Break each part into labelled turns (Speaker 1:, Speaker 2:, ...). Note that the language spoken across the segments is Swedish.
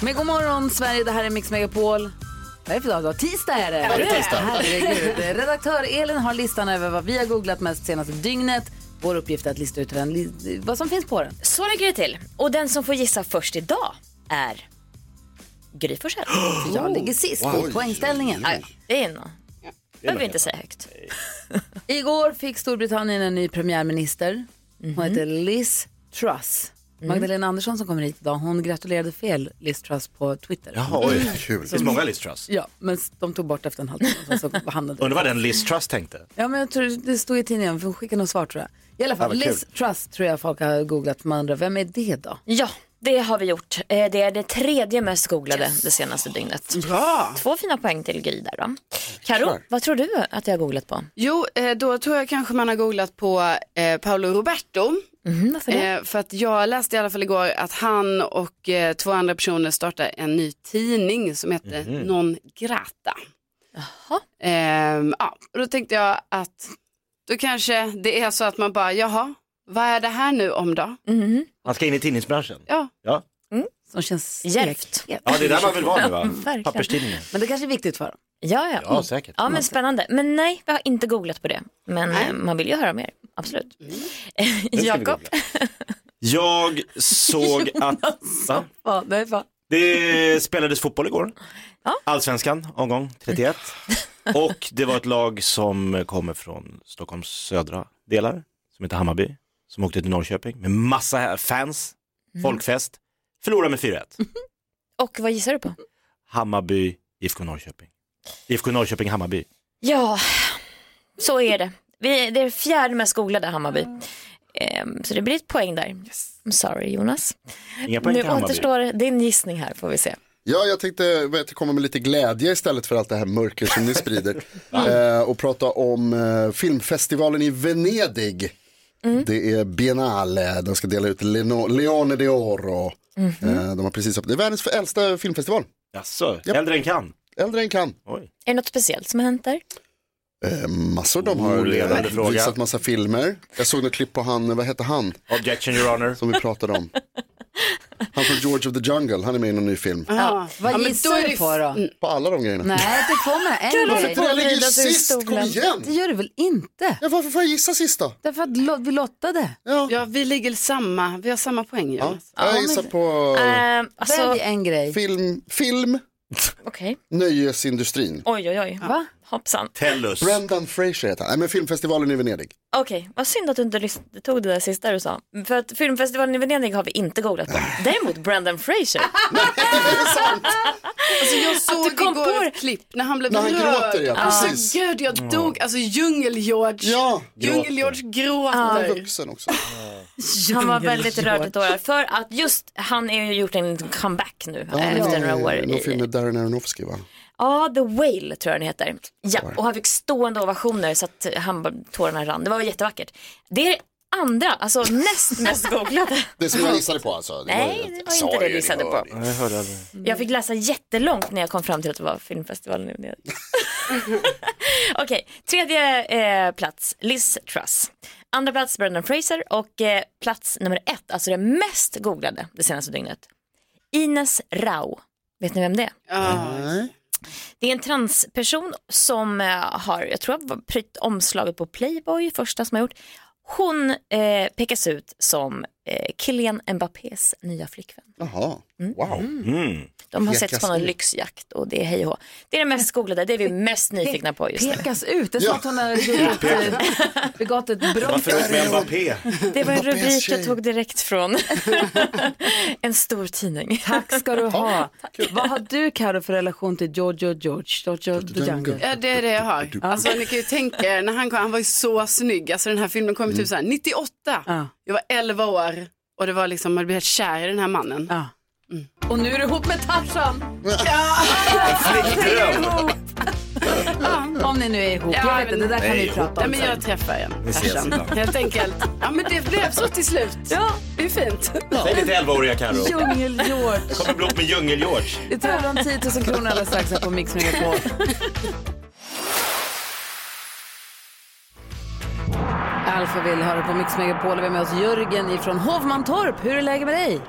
Speaker 1: Men god morgon Sverige, det här är Mix Megapol. Vad är det för dag då? Tisdag är det! Ja,
Speaker 2: det är tisdag.
Speaker 1: Herregud. Redaktör Elin har listan över vad vi har googlat mest senaste dygnet. Vår uppgift är att lista ut den, li- vad som finns på den.
Speaker 2: Så ligger det till. Och den som får gissa först idag är Gry Forssell.
Speaker 1: För jag ligger sist i poängställningen.
Speaker 2: Ja, Det är nog... behöver vi inte säga högt.
Speaker 1: Igår fick Storbritannien en ny premiärminister.
Speaker 3: Mhm.
Speaker 1: Hon heter Liz Truss.
Speaker 3: Mm.
Speaker 1: Magdalena Andersson som kommer hit idag, hon gratulerade fel Liz Truss på Twitter.
Speaker 3: Jaha, oj, kul.
Speaker 4: Mm. Det finns många Liz Truss.
Speaker 1: Ja, men s- de tog bort efter en halvtimme. så handlade det.
Speaker 4: Undrar vad den Liz Truss tänkte.
Speaker 1: Ja, men jag tror det stod i tidningen, för hon skickade något svar tror jag. I alla fall,
Speaker 3: Ja, vad
Speaker 1: Liz Truss tror jag folk har googlat, för man undrar, vem är det då?
Speaker 2: Ja, det har vi gjort. Eh, Det är det tredje mest googlade det senaste dygnet. Två fina poäng till Gry där då. Karo, vad tror du att jag har googlat på?
Speaker 5: Jo, eh, då tror jag kanske man har googlat på eh, Paolo Roberto.
Speaker 2: Mm, varför det?
Speaker 5: Eh, för att jag läste i alla fall igår att han och eh, två andra personer startar en ny tidning som heter
Speaker 3: Mhm.
Speaker 5: Non Grata. Ehm, ja, och då tänkte jag att då kanske det är så att man bara, jaha, vad är det här nu om då?
Speaker 4: Man ska in i tidningsbranschen.
Speaker 5: Ja,
Speaker 4: Ja,
Speaker 1: Som känns
Speaker 2: Djärvt.
Speaker 1: stekhet.
Speaker 4: ja det är där man vill vara nu va?
Speaker 2: verkligen.
Speaker 4: Papperstidningen.
Speaker 1: Men det kanske är viktigt för dem.
Speaker 2: Ja, ja.
Speaker 4: Ja, säkert.
Speaker 2: Ja, men spännande. Men nej, vi har inte googlat på det. Men eh, man vill ju höra mer, absolut.
Speaker 4: vi
Speaker 2: Jakob,
Speaker 4: googla. Jag såg att va?
Speaker 1: Ja, nej, va?
Speaker 4: det spelades fotboll igår.
Speaker 2: Ja.
Speaker 4: Allsvenskan, omgång 31. Och det var ett lag som kommer från Stockholms södra delar, som heter Hammarby, som åkte till Norrköping med massa här- fans,
Speaker 2: Mm.
Speaker 4: folkfest, förlorade med 4-1.
Speaker 2: och vad gissar du på?
Speaker 4: Hammarby, IFK Norrköping. IFK Norrköping, Hammarby.
Speaker 2: Ja, så är det. Vi, det är fjärde mest googlade Hammarby. Ehm, så det blir ett poäng där. I'm sorry Jonas.
Speaker 4: Inga poäng
Speaker 2: nu
Speaker 4: till Hammarby.
Speaker 2: återstår din gissning här får vi se.
Speaker 3: Ja, jag tänkte vet, komma med lite glädje istället för allt det här mörker som ni sprider. eh, och prata om eh, filmfestivalen i Venedig. Det är Biennale, de ska dela ut Leno- Leone d'Oro. eh, de har precis öppnat, det är världens äldsta filmfestival.
Speaker 4: Jaså,
Speaker 3: Japp.
Speaker 4: äldre än kan.
Speaker 3: Äldre än kan.
Speaker 4: Oj.
Speaker 2: Är det något speciellt som har hänt där?
Speaker 3: Eh, massor de
Speaker 4: Oh,
Speaker 3: har
Speaker 4: ledande
Speaker 3: eh,
Speaker 4: fråga.
Speaker 3: visat massa filmer. Jag såg något klipp på han, vad hette han,
Speaker 4: Objection your honor.
Speaker 3: som vi pratade om. Han från George of the Jungle, han är med i någon ny film.
Speaker 5: ja.
Speaker 1: Vad
Speaker 5: men
Speaker 1: gissar
Speaker 5: är
Speaker 1: du
Speaker 5: det-
Speaker 1: på då?
Speaker 3: På alla de grejerna.
Speaker 1: Nej, det kommer en
Speaker 3: Varför
Speaker 1: grej.
Speaker 3: jag ligger ju
Speaker 2: Vrida sig i
Speaker 3: sist, kom
Speaker 2: stolen.
Speaker 1: Det
Speaker 3: igen.
Speaker 1: gör du väl inte?
Speaker 3: Ja, varför får jag gissa sist då?
Speaker 1: Därför att lo- vi lottade.
Speaker 3: Ja.
Speaker 5: Ja, vi ligger samma, vi har samma poäng
Speaker 3: Ja,
Speaker 5: Jonas.
Speaker 3: jag gissar på
Speaker 2: Ehm, alltså,
Speaker 1: Välj en grej.
Speaker 3: film, film,
Speaker 2: okej.
Speaker 3: nöjesindustrin.
Speaker 2: Oj, oj, oj.
Speaker 1: Va?
Speaker 2: Hoppsan.
Speaker 4: Tellus.
Speaker 3: Brendan Fraser heter han. Nej, men filmfestivalen i Venedig.
Speaker 2: Okej, vad synd att du inte lys- tog det där sista du sa. För att filmfestivalen i Venedig har vi inte googlat på. Däremot Brendan Fraser.
Speaker 5: Alltså jag såg
Speaker 2: kom
Speaker 5: igår
Speaker 2: på
Speaker 5: ett klipp när han blev
Speaker 3: När han
Speaker 5: berörd.
Speaker 3: gråter, ja, precis.
Speaker 5: Alltså gud, jag dog. Alltså djungel-George.
Speaker 3: Ja,
Speaker 5: Djungel-George
Speaker 3: han
Speaker 5: gråter.
Speaker 3: är vuxen också.
Speaker 2: Äh, Han var väldigt rörd och tårar för att just han har ju gjort en comeback nu eh, efter några år.
Speaker 3: Någon film
Speaker 2: i-
Speaker 3: med Darren Aronofsky va?
Speaker 2: Ja, Ah, The Whale tror jag den heter. Ja, och han fick stående ovationer så att han, bara- tårarna rann. Det var jättevackert. Det är det andra, alltså näst mest googlade.
Speaker 3: Det som jag gissade på alltså. Det var ju-
Speaker 2: Nej, det
Speaker 3: jag
Speaker 2: var
Speaker 3: sa
Speaker 2: inte det
Speaker 3: ju,
Speaker 2: du gissade
Speaker 3: var-
Speaker 2: på.
Speaker 4: Ja, Jag hörde aldrig.
Speaker 2: Jag fick läsa jättelångt när jag kom fram till att det var filmfestivalen i Venedig. Okej, tredje eh, plats, Liz Truss. Andra plats, Brendan Fraser. Och eh, plats nummer ett, alltså det mest googlade det senaste dygnet. Ines Rau. Vet ni vem det är?
Speaker 5: Ja.
Speaker 3: Nej.
Speaker 2: Det är en transperson som eh, har, jag tror jag var prytt omslaget på Playboy, första som har gjort. Hon eh, pekas ut som eh, Kylian Mbappés nya flickvän.
Speaker 3: Jaha, wow.
Speaker 4: Mm.
Speaker 2: De har
Speaker 3: Pekas
Speaker 2: sett på någon
Speaker 3: ut.
Speaker 2: lyxjakt och det är hej och hå. Det är det mest googlade, det är vi mest nyfikna på just nu.
Speaker 1: Pekas ut. Det är som
Speaker 3: Ja.
Speaker 1: att hon har begått, eh, begått ett brott.
Speaker 4: Varför upp med Mbappé?
Speaker 2: Det var en
Speaker 3: Mbappés
Speaker 2: rubrik jag
Speaker 3: tjej.
Speaker 2: tog direkt från en stor tidning.
Speaker 1: Tack ska du ha. Vad har du Karo för relation till Giorgio George? Giorgio Django.
Speaker 5: Ja, det är det jag har. Alltså, ni kan ju tänka er, när han kom, han var ju så snygg. Alltså den här filmen kom ju typ så här 98.
Speaker 1: Mm. Ja.
Speaker 5: Jag var 11 år och det var liksom, man blev helt kär i den här mannen.
Speaker 1: Ja. Och nu är du ihop med Tarzan.
Speaker 4: Flickdröm!
Speaker 1: Om ni nu är ihop.
Speaker 5: Ja,
Speaker 1: jag vet
Speaker 5: men-
Speaker 1: inte, det där kan vi
Speaker 4: Nej, ihop
Speaker 1: prata
Speaker 5: Ja,
Speaker 1: om
Speaker 5: men
Speaker 1: sen.
Speaker 5: jag träffar en
Speaker 4: Vi ses
Speaker 5: Tarzan,
Speaker 4: ibland.
Speaker 5: helt enkelt. Ja, men det blev så till slut. Ja. Det är fint.
Speaker 4: Säg lite 11-åriga Carro.
Speaker 1: Djungel-George.
Speaker 4: Kommer bli ihop med Djungel-George.
Speaker 1: Vi tävlar om 10 000 kronor alldeles strax här på Mix Megapol. Alfa vill höra på Mix Megapol. Vi har med oss Jörgen ifrån Hovmantorp. Hur är läget med dig?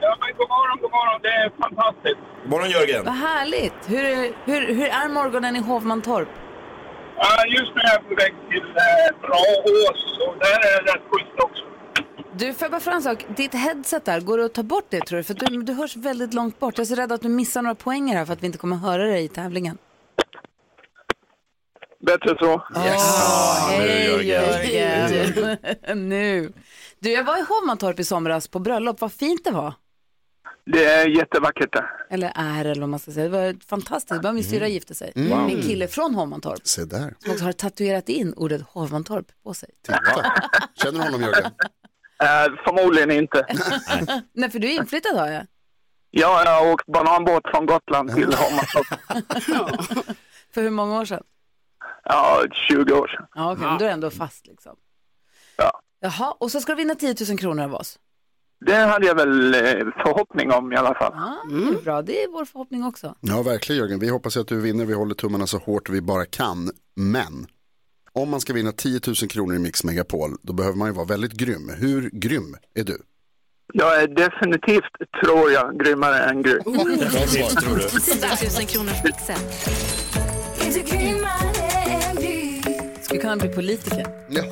Speaker 6: Ja, men god morgon, god morgon. Det är fantastiskt.
Speaker 4: God morgon Jörgen.
Speaker 1: Vad härligt. Hur är, hur, hur är morgonen i Hovmantorp?
Speaker 6: Ja, just nu är jag på väg till eh, Braås och där är det rätt schysst också.
Speaker 1: Du, får jag bara fråga en sak? Ditt headset där, går det att ta bort det tror du? För du, du hörs väldigt långt bort. Jag är så rädd att du missar några poänger här för att vi inte kommer att höra dig i tävlingen.
Speaker 6: Bättre så.
Speaker 1: Hej
Speaker 5: Jörgen.
Speaker 1: Jörgen! nu. Du, jag var i Hovmantorp i somras på bröllop. Vad fint det var.
Speaker 6: Det är jättevackert där.
Speaker 1: Eller är eller vad man ska säga. Det var fantastiskt. Bara min syrra gifte sig med en kille från Hovmantorp.
Speaker 3: Se där.
Speaker 1: Som också har tatuerat in ordet Hovmantorp på sig.
Speaker 3: Titta. Känner du honom Jörgen?
Speaker 6: Eh, förmodligen inte.
Speaker 1: Nej, för du är inflyttad har jag.
Speaker 6: Ja, jag har åkt bananbåt från Gotland till Hammarstad.
Speaker 1: För hur många år sedan?
Speaker 6: Ja, 20 år sedan.
Speaker 1: Ja, okej, men då är du ändå fast liksom.
Speaker 6: Ja.
Speaker 1: Jaha, och så ska du vinna 10 000 kronor av oss.
Speaker 6: Det hade jag väl eh, förhoppning om i alla fall.
Speaker 1: Ah, det är bra, det är vår förhoppning också.
Speaker 3: Ja, verkligen Jörgen. Vi hoppas ju att du vinner. Vi håller tummarna så hårt vi bara kan. Men om man ska vinna 10 000 kronor i Mix Megapol, då behöver man ju vara väldigt grym. Hur grym är du?
Speaker 6: Jag är definitivt, tror jag, grymmare än Gry.
Speaker 4: Bra tips tror du.
Speaker 7: 10 000 kronors mixen.
Speaker 1: Skulle kunna bli politiker.
Speaker 3: Ja.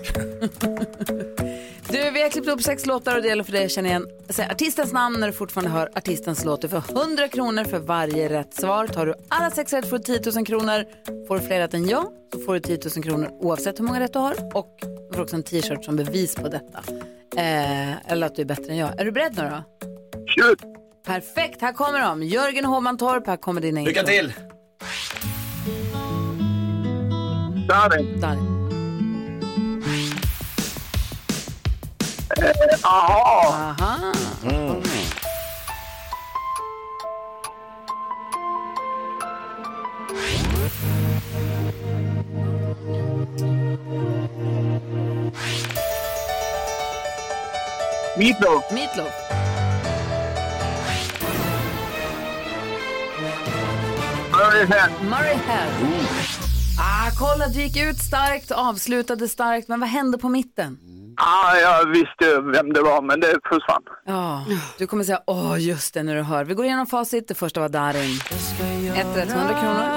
Speaker 1: Du, vi har klippt upp sex låtar och det gäller för dig att känna igen säg artistens namn när du fortfarande hör artistens låt. Du får 100 kronor för varje rätt svar. Tar du alla sex rätt får du 10 000 kronor. Får du fler rätt än jag så får du 10 000 kronor oavsett hur många rätt du har. Och du får också en t-shirt som bevis på detta. Eh, eller att du är bättre än jag. Är du beredd nu då?
Speaker 6: Tjut!
Speaker 1: Perfekt, här kommer de. Jörgen Hovmantorp, här kommer din
Speaker 4: Lycka till!
Speaker 6: Darin.
Speaker 1: Darin.
Speaker 6: Aha!
Speaker 1: Aha.
Speaker 6: Meatloaf.
Speaker 1: Meatloaf.
Speaker 6: Burger Head.
Speaker 1: Murray Head. Ah, kolla, du gick ut starkt, avslutade starkt, men vad hände på mitten?
Speaker 6: Ja, Ah, jag visste ju vem det var, men det försvann.
Speaker 1: Ja, du kommer säga åh just det när du hör. Vi går igenom facit. Det första var Darin. Ett rätt 100 kronor.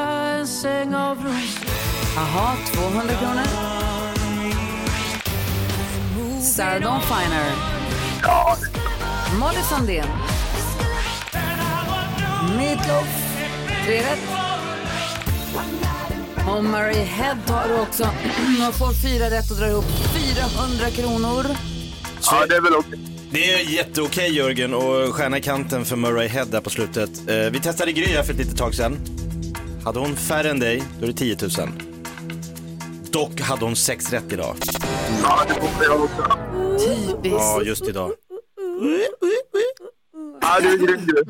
Speaker 1: Jaha, 200 kronor. Sarah Dawn Finer. Molly Sandén. Meatloaf. Tre rätt. Och Murray Head tar du också och får fyra rätt och drar ihop 400 kronor.
Speaker 6: Ja, det är väl okej.
Speaker 4: Det är jätteokej Jörgen och stjärna i kanten för Murray Head där på slutet. Eh, vi testade Gry här för ett litet tag sedan. Hade hon färre än dig, då är det 10 000. Dock hade hon sex rätt idag.
Speaker 6: Ja, det får jag också.
Speaker 4: Ja, just idag.
Speaker 6: Ja, du är grym du.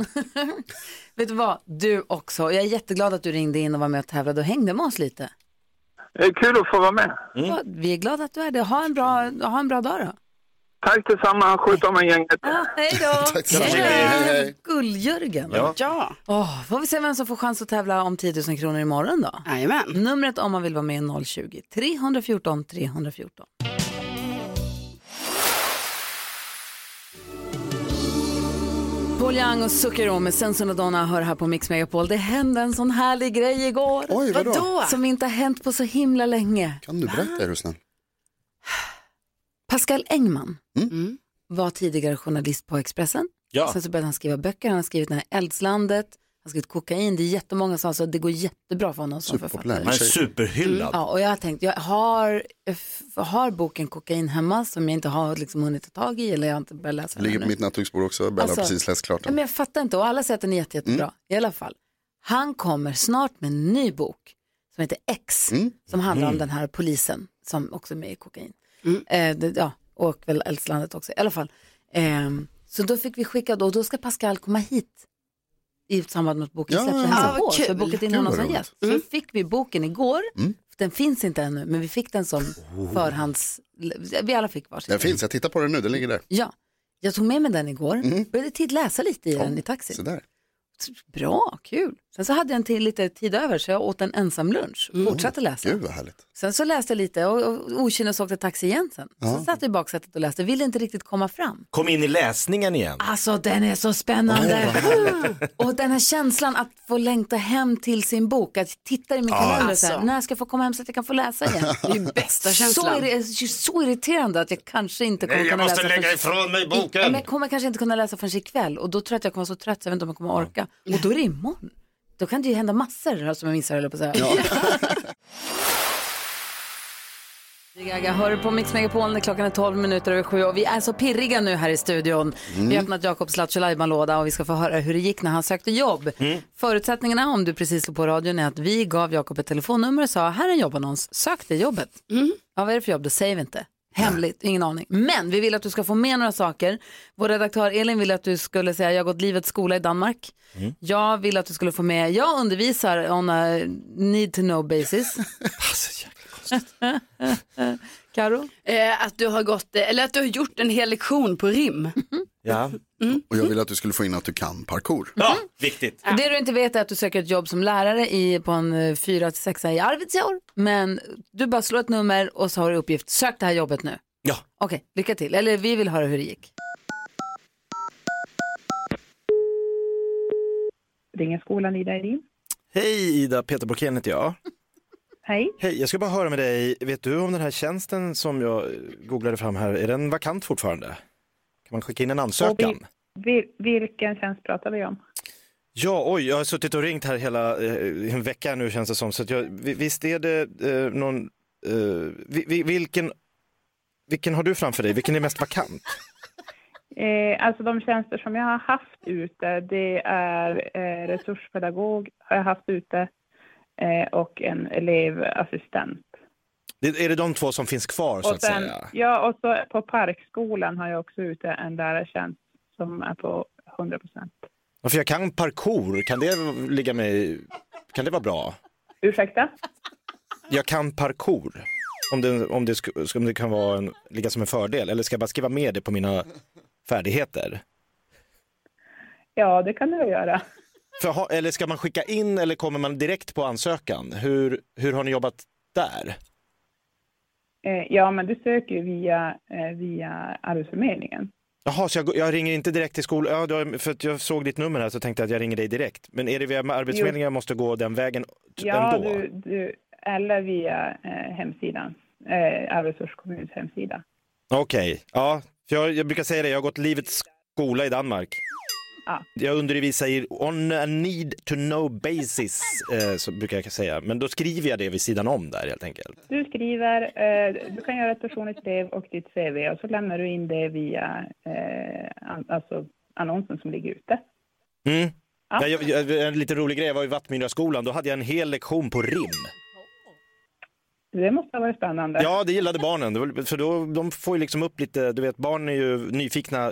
Speaker 1: Vet du vad? Du också. Jag är jätteglad att du ringde in och var med och tävlade och hängde med oss lite.
Speaker 6: Det är kul att få vara med.
Speaker 3: Mm.
Speaker 1: Ja, Vi är glada att du är det. Ha en bra, ha en bra dag då.
Speaker 6: Tack detsamma, sköt om er gänget.
Speaker 1: Ja, hej då!
Speaker 3: Tack så mycket. Hej, hej.
Speaker 1: Gull-Jörgen.
Speaker 4: Ja.
Speaker 5: Ja,
Speaker 1: Åh, får vi se vem som får chans att tävla om 10 000 kronor imorgon då?
Speaker 5: jajamän.
Speaker 1: Numret om man vill vara med är 020 314 314. Paul Young och Zucchero med Sensen och Donna hör här på Mix Megapol. Det hände en sån härlig grej igår.
Speaker 3: Oj, vadå? Vadå?
Speaker 1: Som inte har hänt på så himla länge.
Speaker 3: Kan du berätta är du snäll?
Speaker 1: Pascal Engman
Speaker 3: Mm.
Speaker 1: var tidigare journalist på Expressen.
Speaker 4: Ja.
Speaker 1: Sen så började han skriva böcker, han har skrivit den här Eldslandet, han har skrivit kokain. Det är jättemånga som alltså, det går jättebra för honom som
Speaker 3: Superpopulär.
Speaker 1: författare.
Speaker 4: Man är superhyllad.
Speaker 1: Ja, och jag har tänkt, jag har, jag f- har boken Kokain hemma som jag inte har liksom hunnit ta tag i eller jag har inte börjat läsa den
Speaker 3: Ligger på
Speaker 1: ännu.
Speaker 3: mitt nattduksbord också. Bella
Speaker 1: Alltså,
Speaker 3: har precis läst klart Mm.
Speaker 1: Ja,
Speaker 3: den.
Speaker 1: men jag fattar inte och alla säger att den är jätte, jättebra i alla fall. Han kommer snart med en ny bok som heter X
Speaker 3: Mm.
Speaker 1: som handlar
Speaker 5: Mm.
Speaker 1: om den här polisen som också är med i kokain. Eh, det, ja, och väl Eldslandet också i alla fall. Ehm, så då fick vi skicka då, och då ska Pascal komma hit i samband med att boken
Speaker 3: Ja,
Speaker 1: släpptes.
Speaker 3: ja,
Speaker 1: hennes
Speaker 5: ja.
Speaker 1: år,
Speaker 5: Ah, Vad
Speaker 1: så vi
Speaker 5: kul. Mm.
Speaker 1: bokat in
Speaker 3: Kul,
Speaker 1: honom
Speaker 3: vad
Speaker 1: som
Speaker 3: roligt. Mm.
Speaker 1: gäst. Så fick vi boken igår. Den finns inte ännu, men vi fick den som
Speaker 5: Oh.
Speaker 1: förhands... Vi alla fick varsin.
Speaker 3: Den finns, jag tittar på den nu, den ligger där.
Speaker 1: Ja. Jag tog med mig den igår, började tid läsa lite i den i taxin.
Speaker 3: Så där.
Speaker 1: Bra, kul. Sen så hade jag en till lite tid över så jag åt en ensam lunch och fortsatte läsa.
Speaker 3: Gud vad härligt.
Speaker 1: Sen så läste jag lite och, och okynnes åkte taxi igen sen. Sen satt jag i baksätet och läste, ville inte riktigt komma fram.
Speaker 4: Kom in i läsningen igen.
Speaker 1: Alltså den är så spännande. och den här känslan att få längta hem till sin bok, att titta i min kalender och så här,
Speaker 5: Alltså.
Speaker 1: när ska jag få komma hem så att jag kan få läsa igen.
Speaker 5: Det är ju bästa
Speaker 1: så,
Speaker 5: känslan.
Speaker 1: är det, så irriterande att jag kanske inte kommer kunna läsa förrän-
Speaker 4: ifrån mig
Speaker 1: Alltså, Ja, men jag kommer kanske inte kunna läsa förrän ikväll och då tror jag att jag kommer vara så trött så jag vet inte om jag kommer orka. Och då är det imorgon. Då kan det ju hända massor som jag missar höll jag på att säga. Lady Gaga hör på Mix Megapol när klockan är 12 minuter över sju och vi är så pirriga nu här i studion. Vi har öppnat Jakobs Lattjo låda och vi ska få höra hur det gick när han sökte jobb. Förutsättningarna om du precis slog på radion är att vi gav Jakob ett telefonnummer och sa här är en jobbannons, sök det jobbet. Ja, vad är det för jobb då? Säger vi inte. Hemligt, ingen aning. Men vi vill att du ska få med några saker. Vår redaktör Elin ville att du skulle säga jag har gått livets skola i Danmark. Jag vill att du skulle få med, jag undervisar on a need to know basis. Karo?
Speaker 5: Eh, att du har gått, eh, eller att du har gjort en hel lektion på rim.
Speaker 4: Ja.
Speaker 3: Och jag ville att du skulle få in att du kan parkour.
Speaker 4: ja,
Speaker 1: Mm-hmm.
Speaker 4: viktigt.
Speaker 1: Det du inte vet är att du söker ett jobb som lärare i, på en eh, 4-6 i Arvidsjaur. Men du bara slår ett nummer och så har du uppgift, sök det här jobbet nu.
Speaker 4: Ja.
Speaker 1: Okej, lycka till. Eller vi vill höra hur det gick.
Speaker 7: Ringer skolan Ida Edin.
Speaker 4: Hej Ida, Peter Borkén heter jag.
Speaker 7: Hej.
Speaker 4: Hej, jag ska bara höra med dig. Vet du om den här tjänsten som jag eh, googlade fram här, är den vakant fortfarande? Kan man skicka in en ansökan?
Speaker 7: Vil- vilken tjänst pratar vi om?
Speaker 4: Ja, oj, jag har suttit och ringt här hela eh, en vecka nu känns det som. Så att jag, vi- visst är det eh, någon, eh, vi, vi, vilken, vilken har du framför dig? Vilken är mest vakant?
Speaker 7: Eh, alltså de tjänster som jag har haft ute, det är eh, resurspedagog har jag haft ute eh, och en elevassistent.
Speaker 4: Det, är det de två som finns kvar så
Speaker 7: Och
Speaker 4: att
Speaker 3: Alltså,
Speaker 7: sen,
Speaker 4: säga?
Speaker 7: ja, och så på Parkskolan har jag också ute en lärartjänst som är på 100 procent.
Speaker 4: Ja, för jag kan parkour, kan det ligga mig, kan det vara bra?
Speaker 7: Ursäkta?
Speaker 4: Jag kan parkour. Om det, om det, sku- om det kan vara en, ligga som en fördel, eller ska jag bara skriva med det på mina färdigheter?
Speaker 7: Ja, det kan du göra.
Speaker 4: För, ha- eller ska man skicka in eller kommer man direkt på ansökan? Hur, hur har ni jobbat där?
Speaker 7: Eh, ja, men du söker ju via, eh, via Arbetsförmedlingen.
Speaker 4: Jaha, så jag, jag ringer inte direkt till skolan? Ja, då- för att jag såg ditt nummer här så tänkte jag att jag ringer dig direkt. Men är det via Arbetsförmedlingen jag måste gå den vägen t-
Speaker 7: Ja,
Speaker 4: ändå?
Speaker 7: du, du, eller via eh, hemsidan, eh, Arvidsjaurs kommuns hemsida.
Speaker 4: Okej, ja. För jag, jag brukar säga det, jag har gått livets skola i Danmark.
Speaker 7: Ja.
Speaker 4: Jag undervisar i on a need to know basis, eh, så brukar jag säga. Men då skriver jag det vid sidan om där helt enkelt.
Speaker 7: Du skriver, eh, du kan göra ett personligt brev och ditt CV och så lämnar du in det via eh, an, alltså annonsen som ligger ute.
Speaker 4: Mm.
Speaker 7: Ja.
Speaker 4: Ja. Jag, jag, en lite rolig grej, jag var i Vattmyraskolan, då hade jag en hel lektion på rim.
Speaker 7: Det måste ha varit spännande.
Speaker 4: Ja, det gillade barnen, Det var- för då, de får ju liksom upp lite, du vet barn är ju nyfikna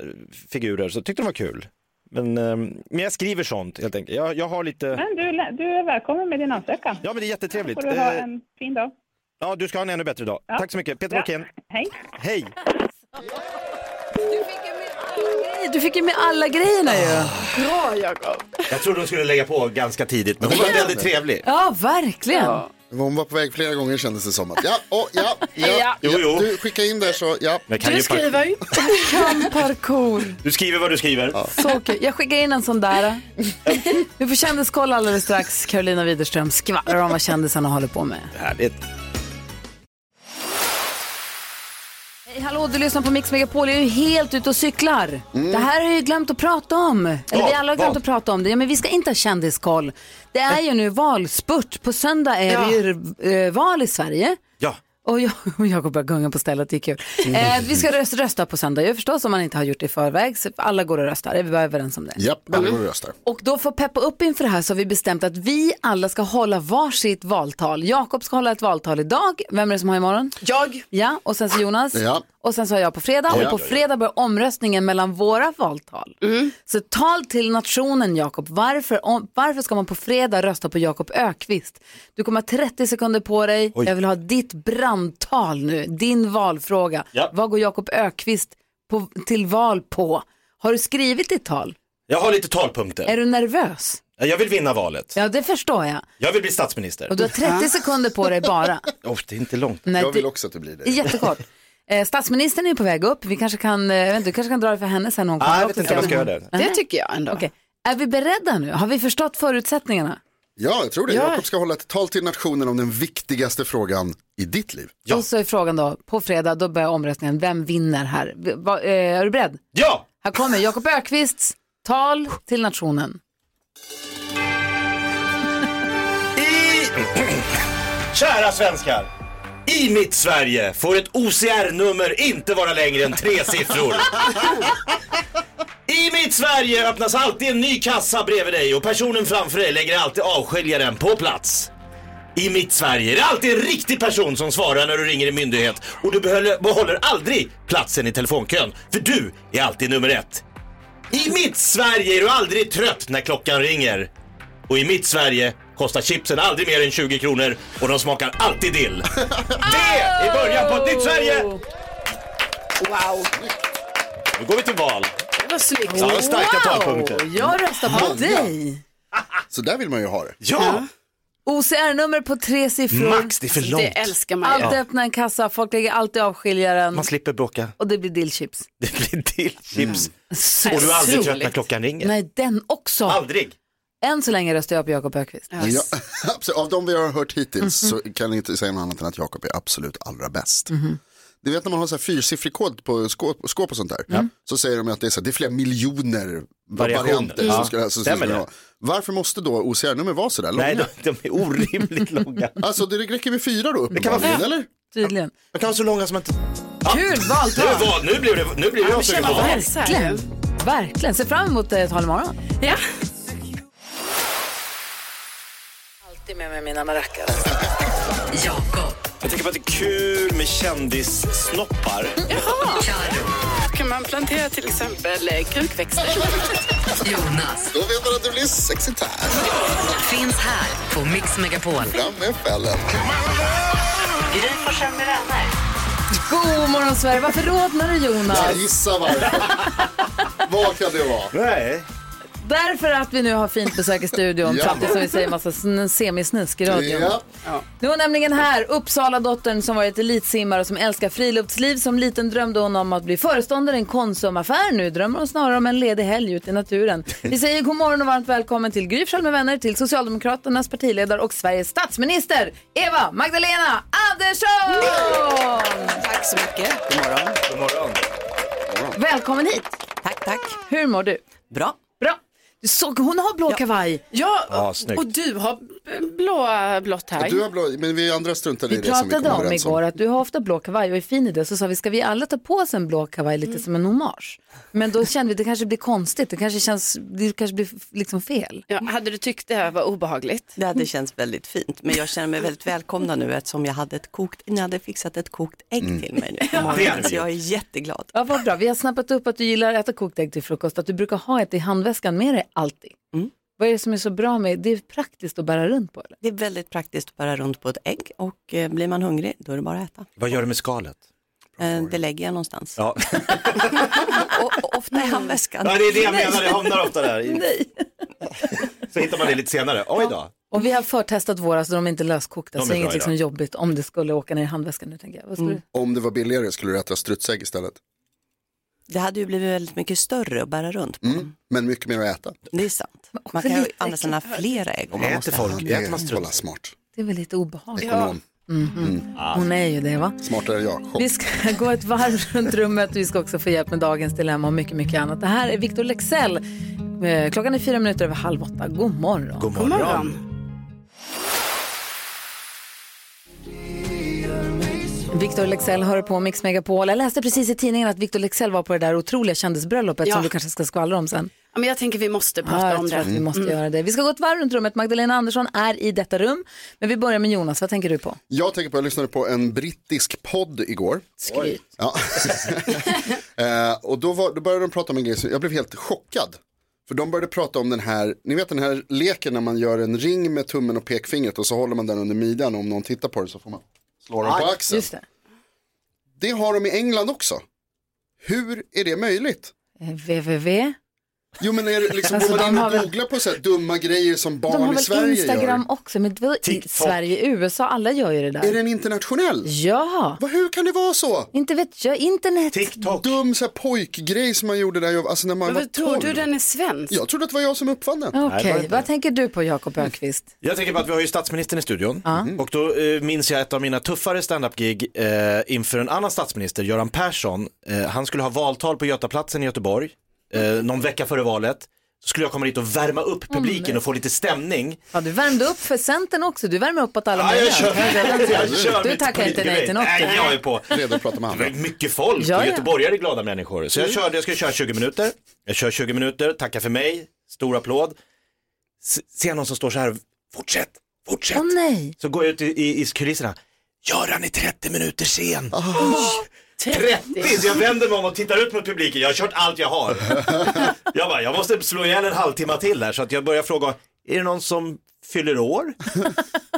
Speaker 4: figurer, så tyckte de var kul. Men, eh, men jag skriver sånt helt enkelt. Jag, jag har lite,
Speaker 7: Men du, lä- du är välkommen med din ansökan.
Speaker 4: ja men det är jättetrevligt.
Speaker 7: Får du ha
Speaker 4: Eh,
Speaker 7: en fin dag.
Speaker 4: Ja, du ska ha en ännu bättre dag. Tack så mycket, Peter
Speaker 7: Ja.
Speaker 4: Borkén.
Speaker 7: Hej.
Speaker 4: Hej!
Speaker 1: Nej, Du fick ju med alla grejerna ju.
Speaker 4: Jag trodde de skulle lägga på ganska tidigt, men hon var väldigt trevlig.
Speaker 1: Ja, verkligen.
Speaker 3: Hon var på väg flera gånger kändes det som att ja, åh, ja, ja, ja.
Speaker 4: Jo, jo.
Speaker 3: Du skicka in där så ja.
Speaker 5: Du skriver ju.
Speaker 1: Kan parkour.
Speaker 4: du skriver vad du skriver.
Speaker 1: Så kul. Jag skickar in en sån där. Vi får kändiskoll alldeles strax. Carolina Widerström skvallrar om vad kändisarna håller på med.
Speaker 4: Härligt.
Speaker 1: Hej, hallå, du lyssnar på Mix Megapol. Jag är ju helt ute och cyklar. Det här har jag ju glömt att prata om. Eller vi alla har glömt
Speaker 4: vad?
Speaker 1: att prata om det. Ja, men vi ska inte ha kändiskoll. Det är ju nu valspurt. På söndag är det ju eh, val i Sverige.
Speaker 4: Ja.
Speaker 1: Och jag, och Jakob börjar gunga på stället, det är kul. Eh, vi ska rösta, rösta på söndag ju förstås om man inte har gjort det i förväg. Så alla går och röstar, är vi bara överens om det?
Speaker 3: Japp, alla går och röstar.
Speaker 1: Och då för att peppa upp inför det här så har vi bestämt att vi alla ska hålla varsitt valtal. Jakob ska hålla ett valtal idag. Vem är det som har imorgon?
Speaker 5: Jag.
Speaker 1: Ja, och sen så Jonas.
Speaker 3: Ja.
Speaker 1: Och sen så har jag på fredag
Speaker 3: Ja,
Speaker 1: och
Speaker 3: ja,
Speaker 1: på
Speaker 3: ja, ja.
Speaker 1: fredag börjar omröstningen mellan våra valtal. Så tal till nationen Jakob, varför, om, varför ska man på fredag rösta på Jakob Ökvist? Du kommer ha 30 sekunder på dig,
Speaker 4: Oj.
Speaker 1: jag vill ha ditt brandtal nu, din valfråga.
Speaker 4: Ja.
Speaker 1: Vad går Jakob Ökvist på, till val på? Har du skrivit ditt tal?
Speaker 4: Jag har lite talpunkter.
Speaker 1: Är du nervös?
Speaker 4: Jag vill vinna valet.
Speaker 1: Ja, det förstår jag.
Speaker 4: Jag vill bli statsminister.
Speaker 1: Och du har 30 sekunder på dig bara.
Speaker 4: Åh, det är inte långt.
Speaker 1: Nej,
Speaker 3: Jag vill
Speaker 1: det-
Speaker 3: också att du blir det.
Speaker 1: det är jättekort. Eh, statsministern är ju på väg upp. Vi kanske kan, eh, jag vet inte, du kanske kan dra det för henne sen när hon kommer
Speaker 4: Nej, Ah, jag
Speaker 1: upp
Speaker 4: vet
Speaker 1: och
Speaker 4: inte om
Speaker 1: se
Speaker 4: jag ska
Speaker 1: hon-
Speaker 4: göra det.
Speaker 1: Nej.
Speaker 5: Det tycker jag ändå.
Speaker 1: Okej. Är vi beredda nu? Har vi förstått förutsättningarna?
Speaker 3: Ja, jag tror det.
Speaker 5: Ja.
Speaker 3: Jakob ska hålla ett tal till nationen om den viktigaste frågan i ditt liv.
Speaker 4: Ja.
Speaker 1: Och så är frågan då, på fredag då börjar omröstningen. Vem vinner här? V- va- eh, är du beredd?
Speaker 4: Ja!
Speaker 1: Här kommer Jakob Ökvists tal till nationen.
Speaker 4: I... Kära svenskar! I mitt Sverige får ett OCR-nummer inte vara längre än tre siffror. I mitt Sverige öppnas alltid en ny kassa bredvid dig och personen framför dig lägger alltid avskiljaren på plats. I mitt Sverige är det alltid en riktig person som svarar när du ringer en myndighet och du behåller, behåller aldrig platsen i telefonkön för du är alltid nummer ett. I mitt Sverige är du aldrig trött när klockan ringer. Och i mitt Sverige kostar chipsen aldrig mer än 20 kronor och de smakar alltid dill. Det är början på ett nytt Sverige!
Speaker 5: Wow,
Speaker 4: Nu går vi till val.
Speaker 5: det var snyggt.
Speaker 4: Ja, starka
Speaker 1: Och
Speaker 4: talpunkter.
Speaker 1: jag röstar på dig.
Speaker 3: Så där vill man ju ha det.
Speaker 4: Ja!
Speaker 1: OCR-nummer på tre siffror.
Speaker 4: Max, det är för
Speaker 5: Det
Speaker 4: långt.
Speaker 5: älskar man ju.
Speaker 1: Alltid öppna en kassa, folk lägger alltid avskiljaren
Speaker 4: Man slipper bråka.
Speaker 1: och det blir dillchips.
Speaker 4: Det blir till chips.
Speaker 1: Så
Speaker 4: Och du är Mm. aldrig trött när
Speaker 5: Otroligt.
Speaker 4: klockan ringer.
Speaker 1: Nej, den också.
Speaker 4: Aldrig.
Speaker 1: Än så länge röstar jag på Jakob Ökvist.
Speaker 3: Men jag, absolut, av de vi har hört hittills så kan jag inte säga något annat än att Jakob är absolut allra bäst.
Speaker 1: Mhm.
Speaker 3: Du vet när man har så här fyrsiffrig kod på skåp, skåp och sånt där. Så säger de ju att det är, så här, det är flera miljoner
Speaker 4: Variationer.
Speaker 3: varianter.
Speaker 4: Ja,
Speaker 3: Som ska, som ska,
Speaker 4: stämmer det?
Speaker 3: ha. Varför måste då OCR-nummer vara så där långa?
Speaker 4: Nej, de, de är orimligt långa.
Speaker 3: Alltså det räcker med fyra då
Speaker 4: kan vara
Speaker 3: uppenbarligen, eller?
Speaker 1: Tydligen.
Speaker 4: De kan vara så långa som man inte...
Speaker 1: Kul valtal!
Speaker 4: Nu, var, nu blev det... Nu blev jag sugen på val.
Speaker 1: Verkligen. Verkligen. Se fram emot ett tal imorgon.
Speaker 5: Ja.
Speaker 1: Alltid med mig mina maracas.
Speaker 4: Jag tänker på att det är kul med kändissnoppar.
Speaker 5: Kan man plantera till exempel eh, krukväxter?
Speaker 3: Då vet man att det blir sexigt här.
Speaker 8: Finns här på Mix Megapol.
Speaker 3: Fram med fällen.
Speaker 1: God morgon Sverige. Varför rodnar du Jonas?
Speaker 3: Gissa varför. Vad kan det vara?
Speaker 4: Nej.
Speaker 1: Därför att vi nu har fint besök i studion.
Speaker 3: Ja.
Speaker 1: Samtidigt som vi säger massa sn- semisnusk i radion.
Speaker 3: Ja.
Speaker 1: Nu är nämligen här Uppsala-dottern som varit elitsimmare och som älskar friluftsliv. Som liten drömde hon om att bli föreståndare i en Konsumaffär. Nu drömmer hon snarare om en ledig helg ute i naturen. Vi säger god morgon och varmt välkommen till Gry Forssell med vänner, till Socialdemokraternas partiledare och Sveriges statsminister Eva Magdalena Andersson!
Speaker 9: Tack så mycket.
Speaker 4: God morgon.
Speaker 1: Välkommen hit!
Speaker 9: Tack, tack.
Speaker 1: Hur mår du?
Speaker 9: Bra.
Speaker 1: Bra! Du såg, hon har blå kavaj.
Speaker 5: Ja,
Speaker 4: Ja,
Speaker 5: och,
Speaker 4: snyggt.
Speaker 5: och du har b- blå, blått här.
Speaker 3: Du har blå, men vi andra struntade i
Speaker 1: Vi
Speaker 3: det som vi kom
Speaker 1: pratade om
Speaker 3: överens
Speaker 1: igår att du har ofta blå kavaj och är fin i det. Så sa vi, ska vi alla ta på oss en blå kavaj lite som en hommage? Men då kände vi, det kanske blir konstigt, det kanske, känns, det kanske blir f- liksom fel.
Speaker 5: Ja, hade du tyckt det här var obehagligt?
Speaker 9: Det hade känts väldigt fint, men jag känner mig väldigt välkomna nu eftersom jag hade ett kokt, ni hade fixat ett kokt ägg
Speaker 5: Mm.
Speaker 9: till mig nu på morgonen, så jag är jätteglad.
Speaker 1: Ja, vad bra. Vi har snappat upp att du gillar att äta kokt ägg till frukost, att du brukar ha ett i handväskan med dig alltid. Vad är det som är så bra med det? är praktiskt att bära runt på eller?
Speaker 9: Det är väldigt praktiskt att bära runt på ett ägg och eh, blir man hungrig då är det bara att äta.
Speaker 4: Vad gör du med skalet?
Speaker 9: Eh, Det lägger jag någonstans.
Speaker 4: Ja.
Speaker 9: Och, och ofta i handväskan.
Speaker 4: det är det jag menar, det hamnar ofta där. Så hittar man det lite senare. Oj då.
Speaker 1: Och vi har förtestat våra så de är inte löskokta, så
Speaker 4: De är
Speaker 1: det är inget
Speaker 4: bra
Speaker 1: liksom
Speaker 4: idag.
Speaker 1: jobbigt om det skulle åka ner i handväskan nu tänker jag. Vad ska du?
Speaker 3: om. Om det var billigare skulle du äta strutsägg istället.
Speaker 9: Det hade ju blivit väldigt mycket större att bära runt på.
Speaker 3: Mm. Men mycket mer att äta.
Speaker 9: Det är sant. Man
Speaker 1: för
Speaker 9: kan ju
Speaker 1: lite
Speaker 9: använda sina flera ägg om man måste
Speaker 4: Äter
Speaker 9: äta.
Speaker 4: folk,
Speaker 3: Det
Speaker 4: äter man
Speaker 3: är kolla,
Speaker 4: struts?
Speaker 3: smart.
Speaker 1: Det är väl lite obehagligt.
Speaker 3: Ekonom.
Speaker 1: Hon är ju det va?
Speaker 3: Smartare än jag. Chock.
Speaker 1: Vi ska gå ett varv runt rummet och vi ska också få hjälp med dagens dilemma och mycket, mycket annat. Det här är Victor Lexell. Eh, Klockan är fyra minuter över halv åtta. God morgon.
Speaker 4: God morgon.
Speaker 5: Morgon.
Speaker 1: Victor Lexell hör på Mix Megapol. Jag läste precis i tidningen att Victor Lexell var på det där otroliga kändisbröllopet
Speaker 5: Ja.
Speaker 1: som du kanske ska skvallra om sen.
Speaker 5: Ja, men jag tänker vi måste prata
Speaker 1: Ja, jag
Speaker 5: om
Speaker 1: tror
Speaker 5: det.
Speaker 1: att vi måste
Speaker 5: Mm.
Speaker 1: göra det. Vi ska gå ett varv runt rummet. Magdalena Andersson är i detta rum. Men vi börjar med Jonas, vad tänker du på?
Speaker 3: Jag tänker på, jag lyssnade på en brittisk podd igår.
Speaker 5: Skryt.
Speaker 3: Ja. eh, och då, var, då började de prata om en grej, som jag blev helt chockad. För de började prata om den här, ni vet den här leken när man gör en ring med tummen och pekfingret och så håller man den under midjan och om någon tittar på det så får man slå den på axeln.
Speaker 1: Just det.
Speaker 3: Det har de i England också. Hur är det möjligt?
Speaker 1: Eh, www.
Speaker 3: Jo men är det liksom,
Speaker 1: Alltså,
Speaker 3: går man
Speaker 1: de
Speaker 3: in
Speaker 1: har
Speaker 3: och
Speaker 1: väl-
Speaker 3: googlar på så här dumma grejer som
Speaker 1: De har
Speaker 3: barn i
Speaker 1: väl
Speaker 3: Sverige
Speaker 1: Instagram
Speaker 3: gör?
Speaker 1: också? Men vadå i
Speaker 3: TikTok.
Speaker 1: Sverige, USA, alla gör ju det där.
Speaker 3: Är den internationell?
Speaker 1: Ja.
Speaker 3: Vad, hur kan det vara så?
Speaker 1: Inte vet jag, internet.
Speaker 3: Dum så här pojkgrej som man gjorde där, jag- alltså när man
Speaker 5: Men
Speaker 3: var
Speaker 5: vad tror
Speaker 3: 12.
Speaker 5: du den är svensk?
Speaker 3: Jag trodde att det var jag som uppfann den.
Speaker 1: Okej,
Speaker 4: Nej, det var inte.
Speaker 1: vad tänker du på Jakob Ökvist?
Speaker 4: Jag tänker på att vi har ju statsministern i studion och då eh, minns jag ett av mina tuffare standup-gig eh, inför en annan statsminister, Göran Persson. Eh, han skulle ha valtal på Götaplatsen i Göteborg eh, någon vecka före valet. Så skulle jag komma dit och värma upp publiken och få lite stämning.
Speaker 1: Ja, du värmde upp för Centern också, du värmer upp åt alla
Speaker 4: Ja, jag
Speaker 1: möjliga.
Speaker 4: kör, jag kör
Speaker 1: Du
Speaker 4: mitt
Speaker 1: tackar inte nej
Speaker 4: politikergrej.
Speaker 1: till något.
Speaker 4: Nej, jag är på.
Speaker 3: Redo att prata med
Speaker 4: Det var mycket folk
Speaker 1: Ja, Mm.
Speaker 4: och
Speaker 1: ja.
Speaker 4: göteborgare är glada människor. Så jag, körde, jag skulle köra 20 minuter. Jag kör 20 minuter, tackar för mig, stor applåd. Se- Ser jag någon som står så här, fortsätt, fortsätt.
Speaker 1: Åh nej.
Speaker 4: Så går jag ut i, i, i kulisserna. Göran är 30 minuter sen.
Speaker 5: Ah.
Speaker 4: 30! Så jag vänder mig om och tittar ut mot publiken. Jag har kört allt jag har. Jag bara, jag måste slå ihjäl en halvtimme till här. Så att jag börjar fråga, är det någon som fyller år?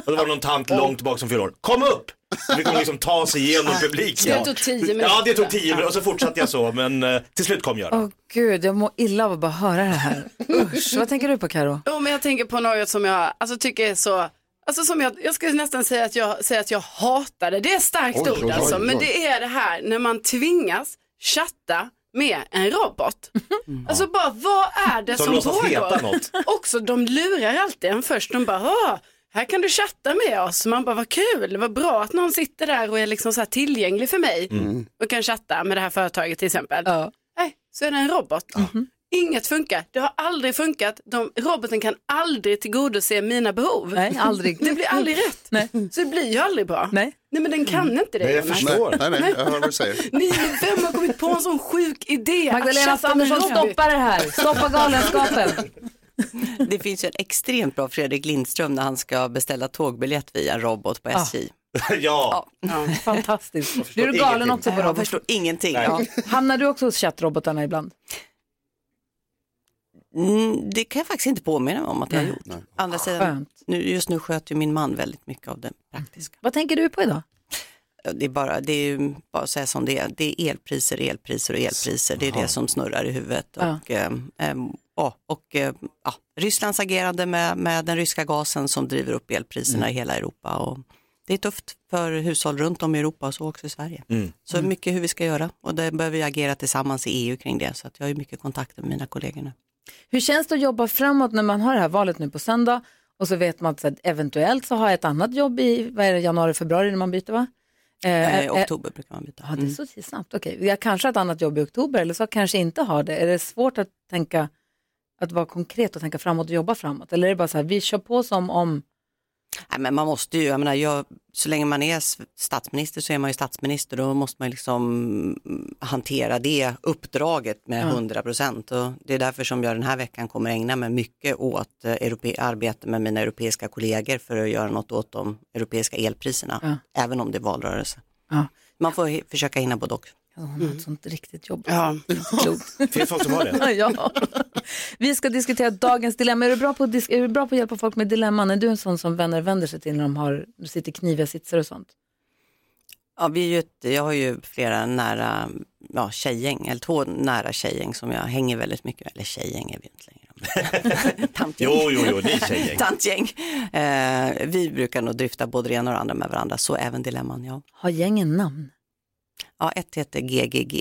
Speaker 4: Och det var någon tant långt bak som fyller år. Kom upp! Så Vi kunde liksom ta sig igenom publiken.
Speaker 5: Det tog tio minuter.
Speaker 4: Ja, det tog tio minuter och så fortsatte jag så. Men eh, till slut kom Göran.
Speaker 1: Åh gud, jag mår illa av att bara höra det här. Usch, vad tänker du på Karo?
Speaker 5: Jo, men jag tänker på något som jag alltså, tycker är så, alltså, som jag, jag skulle nästan säga att jag, säga att jag hatar det. Det är ett starkt
Speaker 3: Oj,
Speaker 5: ord
Speaker 3: oj, oj,
Speaker 5: alltså, men
Speaker 3: oj.
Speaker 5: det är det här när man tvingas chatta med en robot.
Speaker 3: Mm.
Speaker 5: Alltså bara vad är det
Speaker 4: Som
Speaker 5: som
Speaker 4: låtsas heta
Speaker 5: pågår?
Speaker 4: något.
Speaker 5: Också de lurar alltid en först. De bara, "Åh, här kan du chatta med oss. Man bara, vad kul, vad bra att någon sitter där och är liksom så här tillgänglig för mig
Speaker 3: Mm.
Speaker 5: och kan chatta med det här företaget till exempel.
Speaker 1: Ja.
Speaker 5: Nej, så är det en robot.
Speaker 1: Mhm.
Speaker 5: Inget funkar. Det har aldrig funkat. De, roboten kan aldrig tillgodose mina behov.
Speaker 1: Nej, aldrig.
Speaker 5: Det blir aldrig rätt.
Speaker 1: Nej.
Speaker 5: Så det blir ju aldrig bra.
Speaker 1: Nej.
Speaker 5: Nej men den kan inte det.
Speaker 4: Nej, jag
Speaker 5: Jonas.
Speaker 4: förstår.
Speaker 3: Nej, nej, nej, jag hör vad du säger.
Speaker 5: Ni vem har kommit på en sån sjuk idé? att
Speaker 1: Magdalena
Speaker 5: chatta med
Speaker 1: Andersson,
Speaker 5: robot?
Speaker 1: stoppa det här. Stoppa galenskapen.
Speaker 9: Det finns ju en extremt bra Fredrik Lindström när han ska beställa tågbiljett via robot på SJ.
Speaker 4: ja.
Speaker 1: Fantastiskt. Blir du
Speaker 4: förstår
Speaker 1: galen också på
Speaker 9: Jag
Speaker 1: robot?
Speaker 9: förstår ingenting. Ja.
Speaker 1: Hamnar du också hos chattrobotarna ibland?
Speaker 9: Mm, det kan jag faktiskt inte påminna mig om att jag har gjort. Andra sidan,
Speaker 1: Skönt.
Speaker 9: nu, just nu sköter ju min man väldigt mycket av det praktiska.
Speaker 1: Vad tänker du på idag?
Speaker 9: Ja, Det är bara, det är ju bara att säga som det är. Det är elpriser, elpriser och elpriser. Det är det som snurrar i huvudet.
Speaker 1: Ja.
Speaker 9: Och, ehm, ehm, ja, och eh, ja, Rysslands agerande med, med den ryska gasen som driver upp elpriserna
Speaker 1: Mm.
Speaker 9: i hela Europa. Och det är tufft för hushåll runt om i Europa och så också i Sverige.
Speaker 1: Mm.
Speaker 9: Så mycket hur vi ska göra och det behöver vi agera tillsammans i EU kring det. Så att jag har ju mycket kontakter med mina kollegor nu.
Speaker 1: Hur känns det att jobba framåt när man har det här valet nu på söndag och så vet man att så att eventuellt så har jag ett annat jobb i vad är det, januari, februari när man byter va? Eh,
Speaker 9: Eh,
Speaker 1: eh,
Speaker 9: oktober brukar man byta. Mm.
Speaker 1: Ja, det är så snabbt. Okej, jag kanske har ett annat jobb i oktober eller så kanske jag inte har det. Är det svårt att tänka, att vara konkret och tänka framåt och jobba framåt? Eller är det bara så här, vi kör på som om,
Speaker 9: Nej, men man måste ju, jag menar, jag, så länge man är s- statsminister så är man ju statsminister, då måste man liksom mm, hantera det uppdraget med 100 procent. Och det är därför som jag den här veckan kommer ägna mig mycket åt eh, europe, arbete med mina europeiska kollegor för att göra något åt de europeiska elpriserna, även om det är valrörelse.
Speaker 1: Ja.
Speaker 9: Man får he- försöka hinna både och.
Speaker 1: Ja, hon har ett sånt riktigt jobb.
Speaker 5: Ja.
Speaker 1: Klokt.
Speaker 4: Finns det folk som har det?
Speaker 1: ja. Vi ska diskutera dagens dilemma. Är du, bra på att dis- är du bra på att hjälpa folk med dilemman? Är du en sån som vänner vänder sig till när de har, sitter i kniviga sitsar och sånt?
Speaker 9: Ja, vi är ju ett, jag har ju flera nära ja, tjejgäng, eller två nära tjejgäng som jag hänger väldigt mycket med. Eller tjejgäng är vi inte längre. Tantgäng.
Speaker 4: Jo, jo, jo, ni tjejgäng.
Speaker 9: Tantgäng. Eh, vi brukar nog dryfta både det ena och det andra med varandra, så även dilemman. Ja,
Speaker 1: Har gängen namn?
Speaker 9: ja ett heter GGG,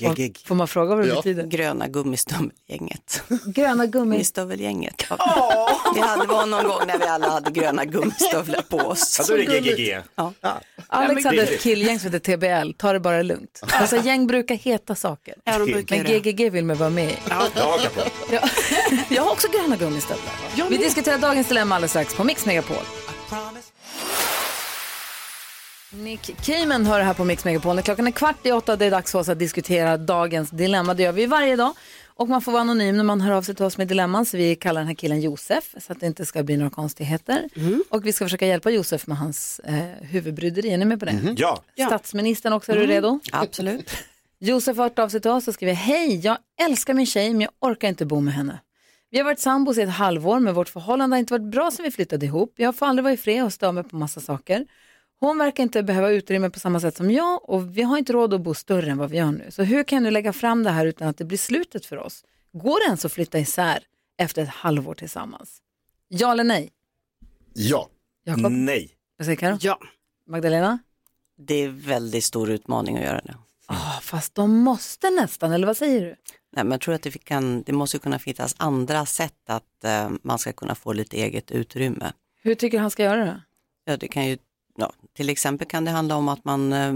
Speaker 4: Gegig.
Speaker 1: Får man fråga vad det
Speaker 3: Ja.
Speaker 1: betyder?
Speaker 9: gröna gummistövelgänget.
Speaker 1: Gröna gummi.
Speaker 9: Gummistövelsgänget. Ja. Vi hade var någon gång när vi alla hade gröna gummistövlar på
Speaker 4: Ja,
Speaker 9: oss.
Speaker 4: då är det GGG.
Speaker 1: Alex hade ett killgäng som hette TBL, ta det bara lugnt. Alltså gäng brukar heta saker.
Speaker 5: Ja, de brukar
Speaker 1: Men
Speaker 5: det.
Speaker 1: GGG vill man vara med i.
Speaker 4: Jag hakar på.
Speaker 1: Ja. Jag har också gröna gummistövlar. Vi diskuterar dagens dilemma alldeles strax på Mix Megapol. Nick Cayman hör här på Mix Megapol. Klockan är kvart i åtta det är dags för oss att diskutera dagens dilemma. Det gör vi varje dag. Och man får vara anonym när man hör av sig till oss med dilemman. Så vi kallar den här killen Josef så att det inte ska bli några konstigheter. Och vi ska försöka hjälpa Josef med hans eh, huvudbryderi. Är ni med på det?
Speaker 4: Ja.
Speaker 1: Statsministern också, är du
Speaker 9: Mm.
Speaker 1: redo?
Speaker 9: Absolut.
Speaker 1: Josef har hört av sig till oss och skriver, hej, jag älskar min tjej men jag orkar inte bo med henne. Vi har varit sambos i ett halvår men vårt förhållande har inte varit bra sedan vi flyttade ihop. Jag får aldrig vara i fred och stör mig på massa saker. Hon verkar inte behöva utrymme på samma sätt som jag och vi har inte råd att bo större än vad vi gör nu. Så hur kan jag nu lägga fram det här utan att det blir slutet för oss? Går det ens att flytta isär efter ett halvår tillsammans? Ja eller nej?
Speaker 3: Ja.
Speaker 1: Jakob?
Speaker 4: Nej.
Speaker 1: Vad säger Karo?
Speaker 5: Ja.
Speaker 1: Magdalena?
Speaker 9: Det är väldigt stor utmaning att göra det.
Speaker 1: Ah, fast de måste nästan, eller vad säger du?
Speaker 9: Nej, men jag tror att det, kan, det måste ju kunna finnas andra sätt att eh, man ska kunna få lite eget utrymme.
Speaker 1: Hur tycker du han ska göra det?
Speaker 9: Ja, det kan ju, ja, till exempel kan det handla om att man, eh,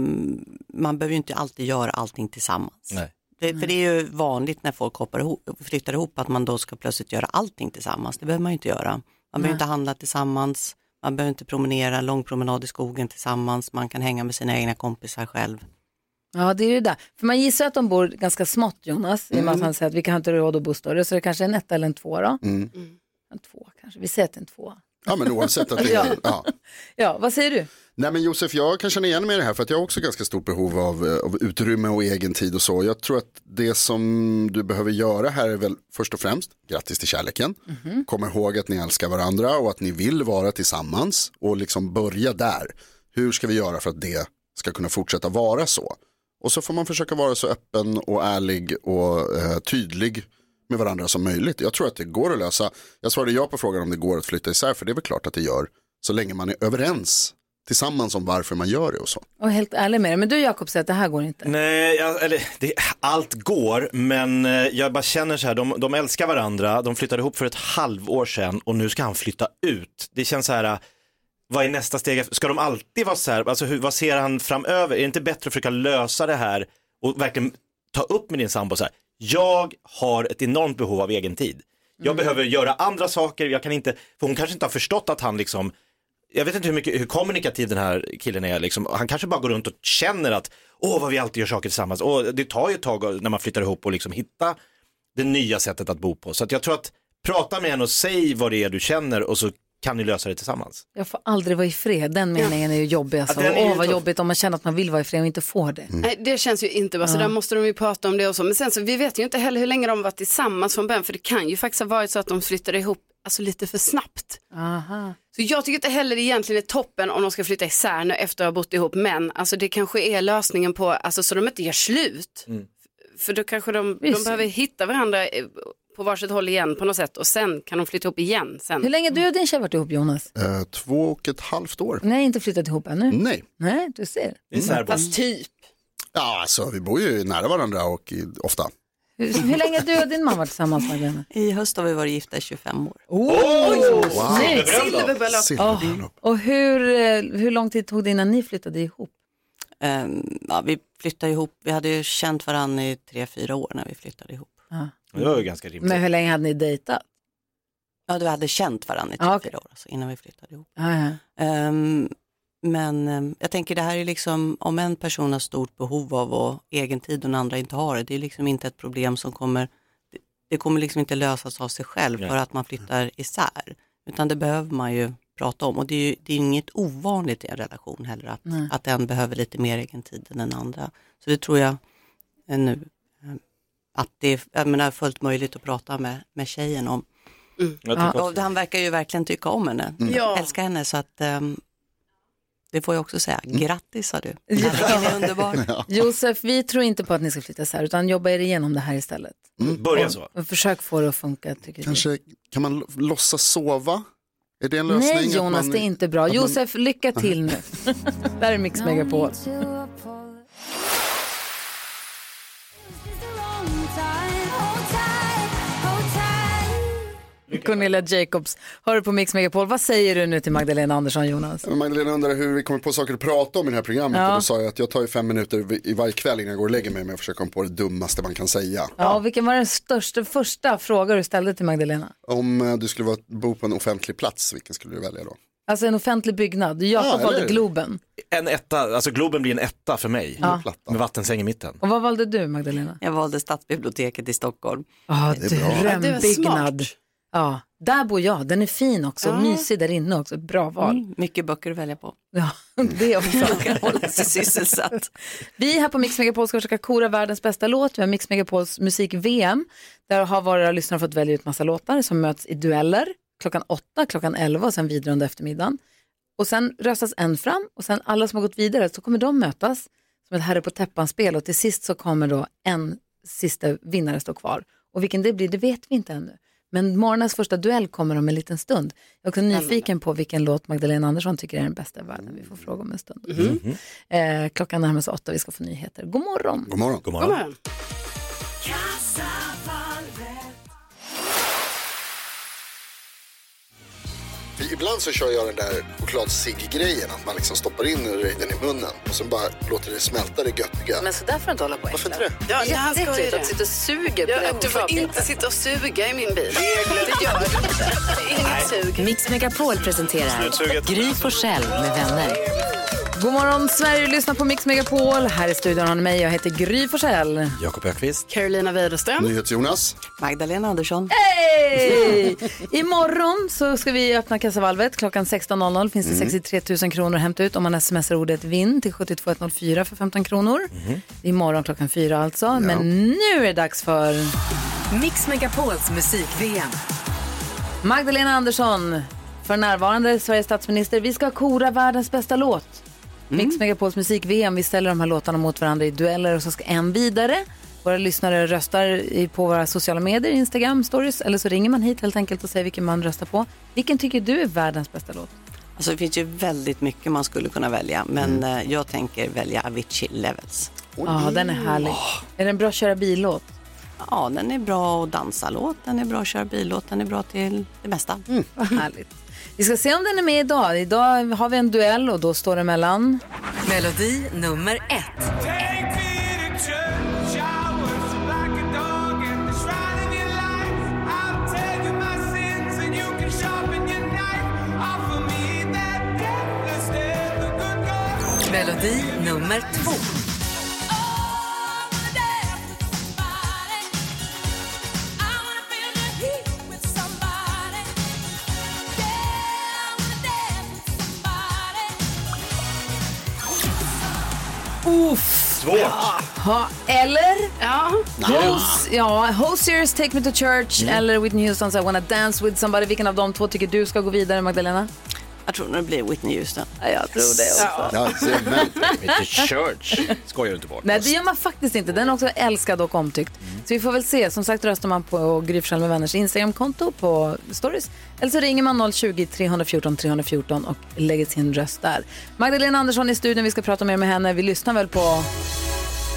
Speaker 9: man behöver ju inte alltid göra allting tillsammans.
Speaker 10: Nej.
Speaker 9: Det, för det är ju vanligt när folk hoppar ihop, flyttar ihop att man då ska plötsligt göra allting tillsammans. Det behöver man ju inte göra. Man behöver
Speaker 1: Nej.
Speaker 9: inte handla tillsammans, man behöver inte promenera, en lång promenad i skogen tillsammans, man kan hänga med sina egna kompisar själv.
Speaker 1: Ja, det är ju det. För man gissar att de bor ganska smått, Jonas, i och
Speaker 4: Mm.
Speaker 1: med att han säger att vi kan inte ha råd att bo större, så det kanske är en etta eller en tvåa då.
Speaker 3: Mm.
Speaker 1: En tvåa kanske, vi säger att det är en tvåa.
Speaker 3: Ja men oavsett att det
Speaker 1: Ja.
Speaker 3: är, ja.
Speaker 1: Ja, vad säger du?
Speaker 3: Nej men Josef, jag kan känna igen mig i det här för att jag har också ganska stort behov av, eh, av utrymme och egen tid och så. Jag tror att det som du behöver göra här är väl först och främst, grattis till kärleken. Kom ihåg att ni älskar varandra och att ni vill vara tillsammans och liksom börja där. Hur ska vi göra för att det ska kunna fortsätta vara så? Och så får man försöka vara så öppen och ärlig och eh, tydlig med varandra som möjligt. Jag tror att det går att lösa. Jag svarade ja på frågan om det går att flytta isär, för det är väl klart att det gör. Så länge man är överens tillsammans om varför man gör det och så.
Speaker 1: Och helt ärlig med det. Men du Jakob säger att det här går inte.
Speaker 4: Nej, jag, eller, det, allt går, men eh, jag bara känner så här, de, de älskar varandra, de flyttade ihop för ett halvår sedan och nu ska han flytta ut. Det känns så här, eh, vad är nästa steg? Ska de alltid vara så här, alltså, hur, vad ser han framöver? Är det inte bättre att försöka lösa det här och verkligen ta upp med din sambo så här, jag har ett enormt behov av egen tid. Jag behöver göra andra saker, jag kan inte, för hon kanske inte har förstått att han liksom jag vet inte hur, mycket, hur kommunikativ den här killen är, liksom. han kanske bara går runt och känner att, åh vad vi alltid gör saker tillsammans, åh, det tar ju ett tag när man flyttar ihop och liksom hitta det nya sättet att bo på. Så att jag tror att, prata med henne och säg vad det är du känner och så kan ni lösa det tillsammans.
Speaker 1: Jag får aldrig vara i fred. Den meningen är ju jobbig. Alltså.
Speaker 4: Ja, den är ju Mm.
Speaker 1: Åh, vad
Speaker 4: tuff.
Speaker 1: jobbigt om man känner att man vill vara i fred och inte får det.
Speaker 5: Mm. Nej, det känns ju inte bra, så
Speaker 1: Ja.
Speaker 5: där måste de ju prata om det och så. Men sen så, vi vet ju inte heller hur länge de varit tillsammans från början, för det kan ju faktiskt ha varit så att de flyttade ihop alltså, lite för snabbt.
Speaker 1: Aha.
Speaker 5: Så jag tycker inte heller det egentligen är toppen om de ska flytta isär nu efter att ha bott ihop, men alltså, det kanske är lösningen på, alltså, så de inte gör slut. För då kanske de, de
Speaker 1: Visst.
Speaker 5: behöver hitta varandra eh, på varsitt håll igen på något sätt och sen kan de flytta ihop igen. Sen.
Speaker 1: Hur länge har du och din tjej varit ihop Jonas?
Speaker 3: Eh, två och ett halvt år.
Speaker 1: Nej, inte flyttat ihop ännu.
Speaker 4: Mm.
Speaker 3: Nej.
Speaker 1: Nej, du ser.
Speaker 9: Mm.
Speaker 5: Fast typ.
Speaker 3: Ja, alltså vi bor ju nära varandra och i- ofta.
Speaker 1: Hur, hur länge har du och din man varit tillsammans Magdalena?
Speaker 9: I höst har vi varit gifta i 25 år.
Speaker 3: Wow.
Speaker 1: snyggt.
Speaker 5: Silverbröllop.
Speaker 1: Åh, Och hur, eh, hur lång tid tog det innan ni flyttade ihop?
Speaker 9: Ehm, ja, vi flyttade ihop, vi hade ju känt varandra i tre, fyra år när vi flyttade ihop.
Speaker 1: Ja.
Speaker 4: Det var ju ganska rimligt.
Speaker 1: Men hur länge hade ni dejtat?
Speaker 9: Ja, vi hade känt varandra i tre,
Speaker 1: Ja, okej.
Speaker 9: fyra år alltså, innan vi flyttade ihop.
Speaker 1: Ja, ja.
Speaker 9: Ehm, men ehm, jag tänker det här är liksom, om en person har stort behov av att egen tid och den andra inte har det, det är liksom inte ett problem som kommer, det, det kommer liksom inte lösas av sig själv
Speaker 10: Nej.
Speaker 9: för att man flyttar isär, utan det behöver man ju prata om och det är ju det är inget ovanligt i en relation heller att,
Speaker 10: Nej.
Speaker 9: att en behöver lite mer egen tid än den andra. Så det tror jag eh, nu, eh, att det är, jag menar, fullt möjligt att prata med, med tjejen om.
Speaker 10: Jag tycker
Speaker 9: Ja,
Speaker 10: också
Speaker 9: och han verkar ju verkligen tycka om henne,
Speaker 10: Mm.
Speaker 9: ja.
Speaker 10: Ja.
Speaker 9: älskar henne så att ehm, det får jag också säga.
Speaker 5: Mm.
Speaker 9: Grattis sa du. Kärleken är underbar.
Speaker 1: Josef, vi tror inte på att ni ska flytta isär utan jobba er igenom det här istället.
Speaker 4: Börja så.
Speaker 1: Och försök få det att funka tycker vi.
Speaker 3: Kanske kan man lo- låtsas sova? Är det en lösning?
Speaker 1: Nej
Speaker 3: Att
Speaker 1: Jonas,
Speaker 3: man-
Speaker 1: det är inte bra.
Speaker 3: att man-
Speaker 1: Josef, lycka till nu. Där är Mix Megapol. Cornelia Jacobs, hör på Mix Megapol. Vad säger du nu till Magdalena Andersson, Jonas?
Speaker 3: Men Magdalena undrar hur vi kommer på saker att prata om i det här programmet
Speaker 1: Ja.
Speaker 3: och då sa jag att jag tar ju fem minuter i varje kväll innan jag går och lägger mig med att försöka komma på det dummaste man kan säga.
Speaker 1: Ja, och vilken var den största, första fråga du ställde till Magdalena?
Speaker 3: Om eh, du skulle vara, bo på en offentlig plats, vilken skulle du välja då?
Speaker 1: Alltså en offentlig byggnad. Jakob
Speaker 4: Ja,
Speaker 1: valde
Speaker 4: eller hur?
Speaker 1: Globen.
Speaker 4: En etta, alltså Globen blir en etta för mig.
Speaker 1: Ja.
Speaker 4: Med vattensäng i mitten.
Speaker 1: Och vad valde du Magdalena?
Speaker 9: Jag valde Stadsbiblioteket i Stockholm.
Speaker 1: Ja,
Speaker 9: Det är bra.
Speaker 1: drömbyggnad. Ja, där bor jag. Den är fin också.
Speaker 9: Ja.
Speaker 1: Mysig där inne också. Bra val.
Speaker 9: Mm, mycket böcker att välja på.
Speaker 1: Ja, det också.
Speaker 9: kan hålla sig sysselsatt.
Speaker 1: Vi här på Mix Megapol ska försöka kora världens bästa låt. Vi har Mix Megapols musik-VM. Där har våra lyssnare fått välja ut massa låtar som möts i dueller klockan åtta, klockan elva och sen vidare under eftermiddagen. Och sen röstas en fram och sen alla som har gått vidare så kommer de mötas som ett herre på täppan-spel och till sist så kommer då en sista vinnare stå kvar. Och vilken det blir, det vet vi inte ännu. Men morgonens första duell kommer om en liten stund. Jag är också nyfiken på vilken låt Magdalena Andersson tycker är den bästa i världen. Vi får fråga om en stund.
Speaker 5: Mhm.
Speaker 1: Eh, klockan närmar sig åtta, vi ska få nyheter. God morgon!
Speaker 3: God morgon.
Speaker 5: God
Speaker 4: God
Speaker 5: morgon.
Speaker 3: Ibland så kör jag den där chokladcigg-grejen, att man liksom stoppar in den i munnen och sen bara låter det smälta det göttiga.
Speaker 1: Men så där får du inte hålla på. Varför
Speaker 3: inte det?
Speaker 5: Ja, det här ska jag
Speaker 1: Jätteäckligt
Speaker 5: göra.
Speaker 1: att sitta och suger på
Speaker 5: Ja,
Speaker 1: den
Speaker 5: du får
Speaker 1: chokladbiten.
Speaker 5: inte sitta och suga i min bil. Det gör du inte. Det är Inget sug.
Speaker 10: Mix Megapol presenterar
Speaker 4: Slutsuget.
Speaker 10: Gry Forssell med vänner.
Speaker 1: God morgon Sverige, lyssna på Mix Megapol. Här i studion har ni mig, jag heter Gry Forssell.
Speaker 4: Jakob Ökvist.
Speaker 5: Carolina Widerström.
Speaker 3: NyhetsJonas.
Speaker 9: Magdalena Andersson.
Speaker 1: Hej! Imorgon så ska vi öppna kassavalvet. Klockan 16.00 finns det 63 000 kronor att hämta ut om man smsar ordet vinn till 72104 för 15 kronor. Imorgon klockan 4 alltså. Men nu är det dags för
Speaker 10: Mix Megapols musik-VM.
Speaker 1: Magdalena Andersson, för närvarande Sveriges statsminister. Vi ska kora världens bästa låt. Mix Megapols musik-VM. Vi ställer de här låtarna mot varandra i dueller och så ska en vidare. Våra lyssnare röstar i- på våra sociala medier, Instagram, stories eller så ringer man hit helt enkelt och säger vilken man röstar på. Vilken tycker du är världens bästa låt?
Speaker 9: Alltså det finns ju väldigt mycket man skulle kunna välja,
Speaker 1: Mm.
Speaker 9: men eh, jag tänker välja Avicii Levels.
Speaker 1: Ja, den är härlig. Är den bra att köra billåt?
Speaker 9: Ja, den är bra att dansa-låt, den är bra att köra billåt, den är bra till det mesta.
Speaker 1: Vad härligt. Vi ska se om den är med idag. Idag har vi en duell och då står det mellan...
Speaker 10: Melodi nummer ett. Melodi nummer två.
Speaker 4: Svårt.
Speaker 1: Ha, eller?
Speaker 5: Ja.
Speaker 1: Hos, ja, Hosiers Take Me To Church eller Whitney Houstons I Wanna Dance With Somebody. Vilken av de två tycker du ska gå vidare, Magdalena?
Speaker 9: Jag tror det blir Whitney Houston.
Speaker 1: jag tror det också.
Speaker 4: Mr Church. Skojar du inte bort.
Speaker 1: Nej, det gör man faktiskt inte. Den är också älskad och omtyckt. Så vi får väl se. Som sagt röstar man på Gry Forssell med vänners Instagramkonto på stories. Eller så ringer man 020-314 314 och lägger sin röst där. Magdalena Andersson i studion. Vi ska prata mer med henne. Vi lyssnar väl på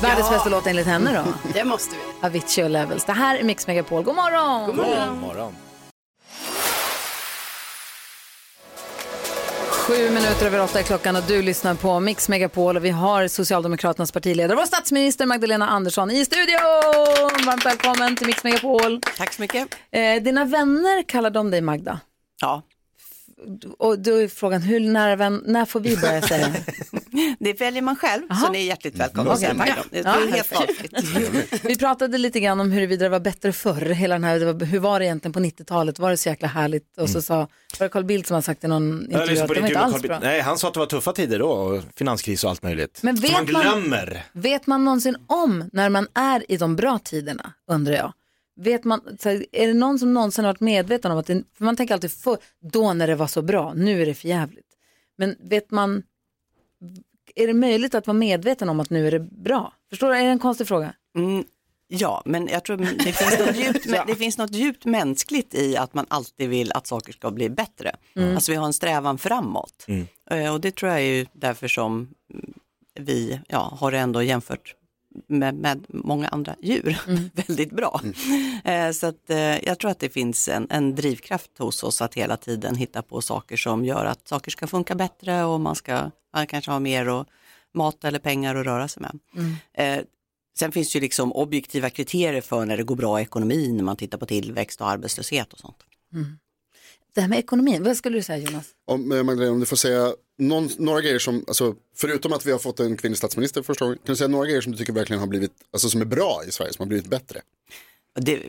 Speaker 1: världens
Speaker 5: Ja.
Speaker 1: bästa låt enligt henne då.
Speaker 5: Det måste vi.
Speaker 1: Avicii och Levels. Det här är Mix Megapol. God morgon!
Speaker 5: God
Speaker 4: God morgon.
Speaker 1: Sju minuter över åtta är klockan och du lyssnar på Mix Megapol och vi har Socialdemokraternas partiledare, vår statsminister Magdalena Andersson i studion. Varmt välkommen till Mix Megapol.
Speaker 9: Tack så mycket.
Speaker 1: Eh, dina vänner kallar de dig Magda.
Speaker 9: Ja,
Speaker 1: Och då är frågan, hur nära vän, när får vi börja säga det?
Speaker 9: det väljer man själv, så ni är hjärtligt välkomna. att säga
Speaker 1: Mm. Okej,
Speaker 9: Magda.
Speaker 1: ja.
Speaker 9: Det
Speaker 1: Ja.
Speaker 9: är helt valfritt.
Speaker 1: Vi pratade lite grann om huruvida det var bättre förr, hela den här, det var, hur var det egentligen på 90-talet, var det så jäkla härligt?
Speaker 9: Mm.
Speaker 1: Och så sa, var det Carl Bildt som har sagt i någon
Speaker 4: Jag
Speaker 1: intervju
Speaker 4: lyssnade
Speaker 1: att
Speaker 4: på
Speaker 1: det var
Speaker 4: intervju
Speaker 1: inte
Speaker 4: med
Speaker 1: alls
Speaker 4: Carl Bildt.
Speaker 1: bra.
Speaker 4: Nej, han sa att det var tuffa tider då, och finanskris och allt möjligt.
Speaker 1: Men
Speaker 4: Så
Speaker 1: vet
Speaker 4: man
Speaker 1: man-
Speaker 4: glömmer.
Speaker 1: Vet man någonsin om när man är i de bra tiderna, undrar jag. Vet man, så här, är det någon som någonsin har varit medveten om att det, för man tänker alltid för, då när det var så bra, nu är det för jävligt. Men vet man, är det möjligt att vara medveten om att nu är det bra? Förstår du, är det en konstig fråga?
Speaker 9: Mm, ja, men jag tror det finns, något djupt, men det finns något djupt mänskligt i att man alltid vill att saker ska bli bättre.
Speaker 3: Mm.
Speaker 9: Alltså vi har en strävan framåt. Eh, Och det tror jag är ju därför som mm, vi ja, har det ändå jämfört med, med många andra djur
Speaker 8: Mm.
Speaker 9: väldigt bra. Eh, Så att, eh, jag tror att det finns en, en drivkraft hos oss att hela tiden hitta på saker som gör att saker ska funka bättre och man ska man kanske ha mer och mat eller pengar att röra sig med. Eh, Sen finns det ju liksom objektiva kriterier för när det går bra i ekonomin, när man tittar på tillväxt och arbetslöshet och sånt.
Speaker 1: Det här med ekonomin, vad skulle du säga Jonas?
Speaker 3: Om, eh, Magdalena, om du får säga någon, några grejer som, alltså, förutom att vi har fått en kvinnlig statsminister för första gången, kan du säga några grejer som du tycker verkligen har blivit, alltså som är bra i Sverige, som har blivit bättre?
Speaker 9: Det,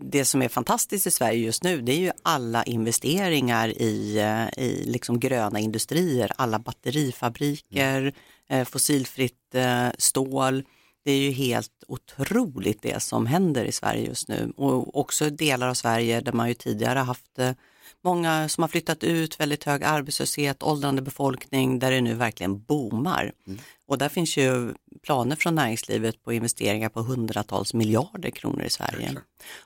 Speaker 9: det som är fantastiskt i Sverige just nu det är ju alla investeringar i, eh, i liksom gröna industrier, alla batterifabriker, eh, fossilfritt eh, stål. Det är ju helt otroligt det som händer i Sverige just nu och också delar av Sverige där man ju tidigare haft eh, många som har flyttat ut, väldigt hög arbetslöshet, åldrande befolkning där det nu verkligen boomar. Och där finns ju planer från näringslivet på investeringar på hundratals miljarder kronor i Sverige.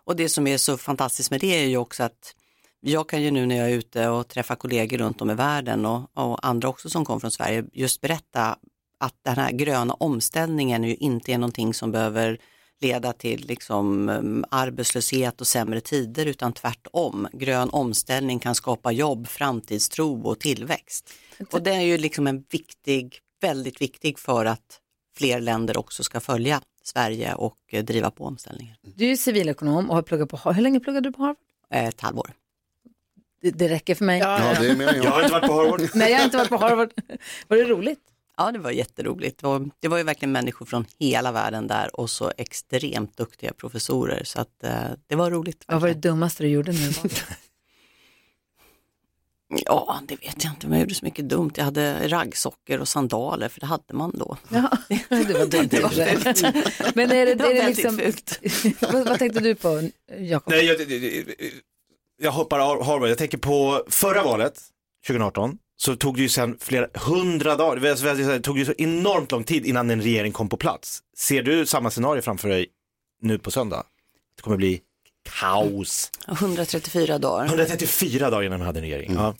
Speaker 9: Och det som är så fantastiskt med det är ju också att jag kan ju nu när jag är ute och träffar kollegor runt om i världen och, och andra också som kommer från Sverige just berätta att den här gröna omställningen ju inte är någonting som behöver leda till liksom um, arbetslöshet och sämre tider utan tvärtom. Grön omställning kan skapa jobb, framtidstro och tillväxt. Och det är ju liksom en viktig, väldigt viktig för att fler länder också ska följa Sverige och eh, driva på omställningen.
Speaker 1: Du är ju civilekonom och har pluggat på Harvard. Hur länge pluggade du på Harvard?
Speaker 9: Eh, Ett halvår.
Speaker 1: Det, det räcker för mig.
Speaker 4: Jag har inte varit på Harvard.
Speaker 1: Nej, jag har inte varit på Harvard. Var det roligt?
Speaker 9: Ja, det var jätteroligt. Det var, det var ju verkligen människor från hela världen där och så extremt duktiga professorer så att eh, det var roligt.
Speaker 1: Vad var det dummaste du gjorde nu?
Speaker 9: Ja, det vet jag inte, men jag gjorde så mycket dumt. Jag hade raggsockor och sandaler för det hade man då.
Speaker 1: Ja, det var dumt.
Speaker 9: Det var fult.
Speaker 1: Men är det,
Speaker 9: Det var
Speaker 1: är det
Speaker 9: väldigt
Speaker 1: liksom... vad, vad tänkte du på, Jakob?
Speaker 4: Nej, jag, jag hoppar av Harvard. Jag tänker på förra valet, 2018, så tog det ju sen flera hundra dagar, det vill säga, det tog ju så enormt lång tid innan en regering kom på plats. Ser du samma scenario framför dig nu på söndag? Det kommer bli kaos.
Speaker 9: 134 dagar. Mm.
Speaker 4: 134 dagar innan vi hade en regering. Ja.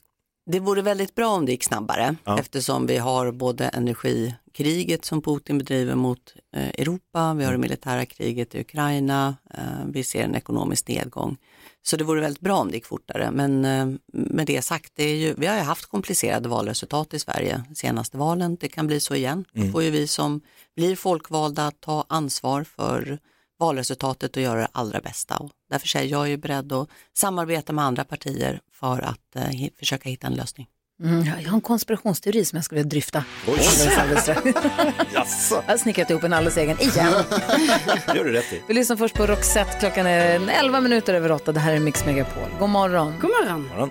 Speaker 9: Det vore väldigt bra om det gick snabbare
Speaker 4: Ja.
Speaker 9: eftersom vi har både energikriget som Putin bedriver mot eh, Europa, vi har det militära kriget i Ukraina, eh, vi ser en ekonomisk nedgång. Så det vore väldigt bra om det gick fortare. Men eh, med det sagt, det är ju, vi har ju haft komplicerade valresultat i Sverige senaste valen. Det kan bli så igen. Då
Speaker 10: Mm.
Speaker 9: får ju vi som blir folkvalda ta ansvar för valresultatet och göra det allra bästa. Och därför säger jag, jag är beredd att samarbeta med andra partier för att eh, hi- försöka hitta en lösning.
Speaker 1: Mm, jag har en konspirationsteori som jag skulle vilja dryfta.
Speaker 9: Oj.
Speaker 1: Alldeles, alldeles strax.
Speaker 4: Jaså?
Speaker 1: Jag har snickrat ihop en alldeles egen igen.
Speaker 4: Det gör du rätt i.
Speaker 1: Vi lyssnar först på Roxette. Klockan är 11 minuter över 8. Det här är Mix Megapol. God morgon.
Speaker 5: God morgon.
Speaker 4: morgon.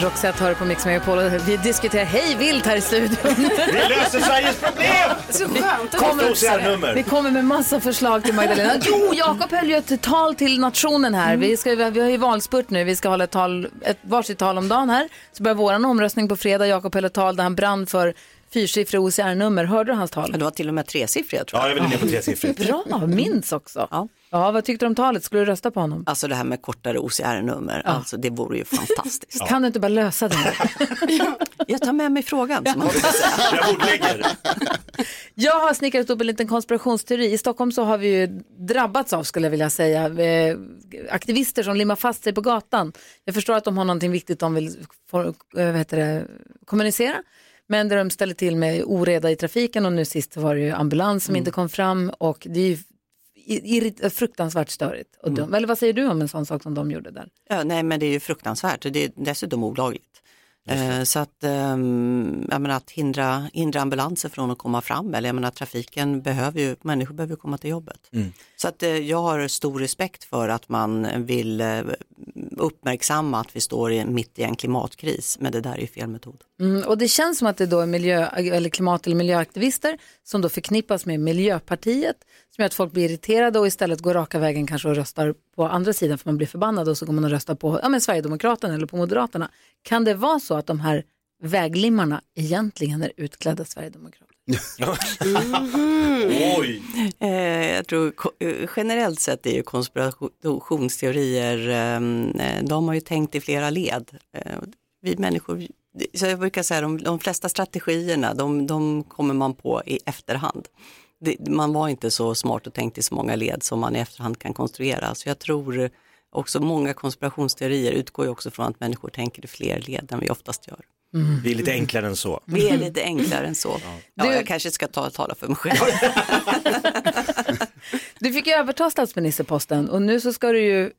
Speaker 1: Roxette hör på Mix Megapol och vi diskuterar hej vilt här i studion.
Speaker 4: Vi löser Sveriges problem!
Speaker 5: Så
Speaker 1: Vi
Speaker 5: skönt att
Speaker 1: kommer-
Speaker 5: vi fixar det.
Speaker 1: Vi kommer med massa förslag till Magdalena. Jo, Jakob höll ju ett tal till nationen här. Vi, ska, vi har ju valspurt nu. Vi ska hålla ett, tal, ett varsitt tal om dagen här. Så börjar våran omröstning på fredag. Jakob höll ett tal där han brann för fyrsiffriga OCR-nummer. Hörde du hans tal?
Speaker 9: Det var till och med tresiffriga tror
Speaker 4: Ja, jag vill ner på tresiffrigt.
Speaker 1: Bra, minns också. Ja. vad tyckte du om talet? Skulle du rösta på honom?
Speaker 9: Alltså det här med kortare OCR-nummer, alltså det vore ju fantastiskt.
Speaker 1: Kan du inte bara lösa det? här?
Speaker 9: Jag tar med mig frågan. Som man brukar säga.
Speaker 1: Jag har snickrat upp en liten konspirationsteori. I Stockholm så har vi ju drabbats av, skulle jag vilja säga, eh, aktivister som limmar fast sig på gatan. Jag förstår att de har någonting viktigt de vill for, eh, vad heter det, kommunicera. Men där de ställer till med oreda i trafiken och nu sist var det ju ambulans som inte kom fram och det är ju i- irrit- fruktansvärt störigt. Och dumt. Eller vad säger du om en sån sak som de gjorde där?
Speaker 9: Ja, nej men det är ju fruktansvärt och det är dessutom olagligt. Eh, Så att, ehm, jag menar, att hindra, hindra ambulanser från att komma fram, eller jag menar trafiken behöver ju, människor behöver komma till jobbet. Så att eh, jag har stor respekt för att man vill eh, uppmärksamma att vi står i- mitt i en klimatkris, men det där är ju fel metod.
Speaker 1: Mm, och det känns som att det då är miljö, eller klimat eller miljöaktivister som då förknippas med Miljöpartiet som gör att folk blir irriterade och istället går raka vägen kanske och röstar på andra sidan för man blir förbannad och så går man och röstar på ja, men Sverigedemokraterna eller på Moderaterna. Kan det vara så att de här väglimmarna egentligen är utklädda Sverigedemokrater?
Speaker 4: Oj.
Speaker 9: Eh, jag tror ko- eh, generellt sett är ju konspirationsteorier, ehm, eh, de har ju tänkt i flera led. Eh, Vi människor, så jag brukar säga de, de flesta strategierna, de, de kommer man på i efterhand. Det, man var inte så smart och tänkt i så många led som man i efterhand kan konstruera. Så jag tror också många konspirationsteorier utgår ju också från att människor tänker i fler led än vi oftast gör.
Speaker 4: Vi är lite enklare än så.
Speaker 9: Vi är lite enklare än så. Ja, jag kanske ska ta, tala för mig själv.
Speaker 1: Du fick ju överta statsministerposten och nu så ska du ju v-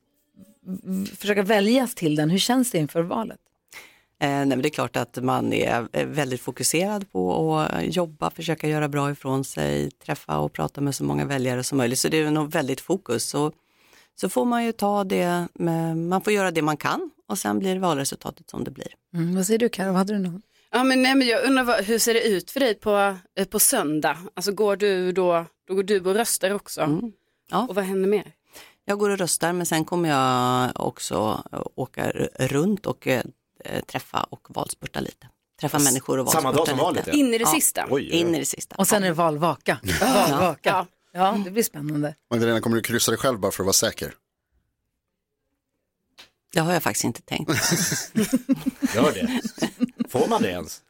Speaker 1: försöka väljas till den. Hur känns det inför valet?
Speaker 9: Eh, nej, men det är klart att man är eh, väldigt fokuserad på att eh, jobba, försöka göra bra ifrån sig, träffa och prata med så många väljare som möjligt. Så det är nog väldigt fokus. Så, så får man ju ta det, med, man får göra det man kan och sen blir valresultatet som det blir.
Speaker 1: Mm, vad säger du Karo, hade du någon?
Speaker 5: Ja, men, nej, men jag undrar vad, hur ser det ut för dig på, eh, på söndag? Alltså går du då, då går du och röstar också?
Speaker 9: Mm.
Speaker 5: Och vad händer mer?
Speaker 9: Jag går och röstar men sen kommer jag också eh, åka r- runt och eh, träffa och valspurta lite. Träffa
Speaker 1: S-
Speaker 9: människor och
Speaker 1: samma
Speaker 9: valspurta
Speaker 1: dag som valet, ja.
Speaker 9: lite.
Speaker 1: In i det sista. Oj, oj, oj.
Speaker 9: In i det sista.
Speaker 1: Och sen är det valvaka. valvaka. Ja. ja, det blir spännande.
Speaker 3: Magdalena, kommer du kryssa dig själv bara för att vara säker?
Speaker 9: Det har jag faktiskt inte tänkt.
Speaker 4: Gör det. Får man det ens?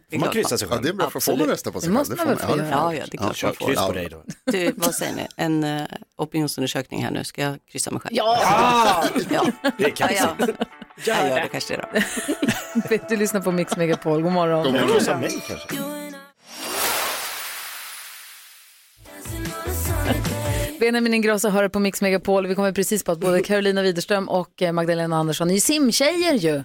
Speaker 4: Får
Speaker 9: det är
Speaker 4: man
Speaker 9: klart
Speaker 4: kryssa sig själv?
Speaker 9: Ja, det är bra. Får Absolut. man rösta på sig Det själv? måste Det man får väl man- få ja, det göra. får man. Ja, det är klart
Speaker 4: Kör
Speaker 9: man får.
Speaker 4: kryss på
Speaker 9: Ja.
Speaker 4: dig då.
Speaker 9: Du, vad säger ni? En eh, opinionsundersökning här nu, ska jag kryssa mig själv?
Speaker 5: Ja!
Speaker 9: ja.
Speaker 4: Det kan
Speaker 9: ja, ja. Jag gör det kanske det då.
Speaker 1: du lyssnar på Mix Megapol, god morgon.
Speaker 4: Kommer de rosa mig kanske?
Speaker 1: Benjamin Ingrosso hör på Mix Megapol. Vi kommer precis på att både Carolina Widerström och eh, Magdalena Andersson är ju simtjejer ju.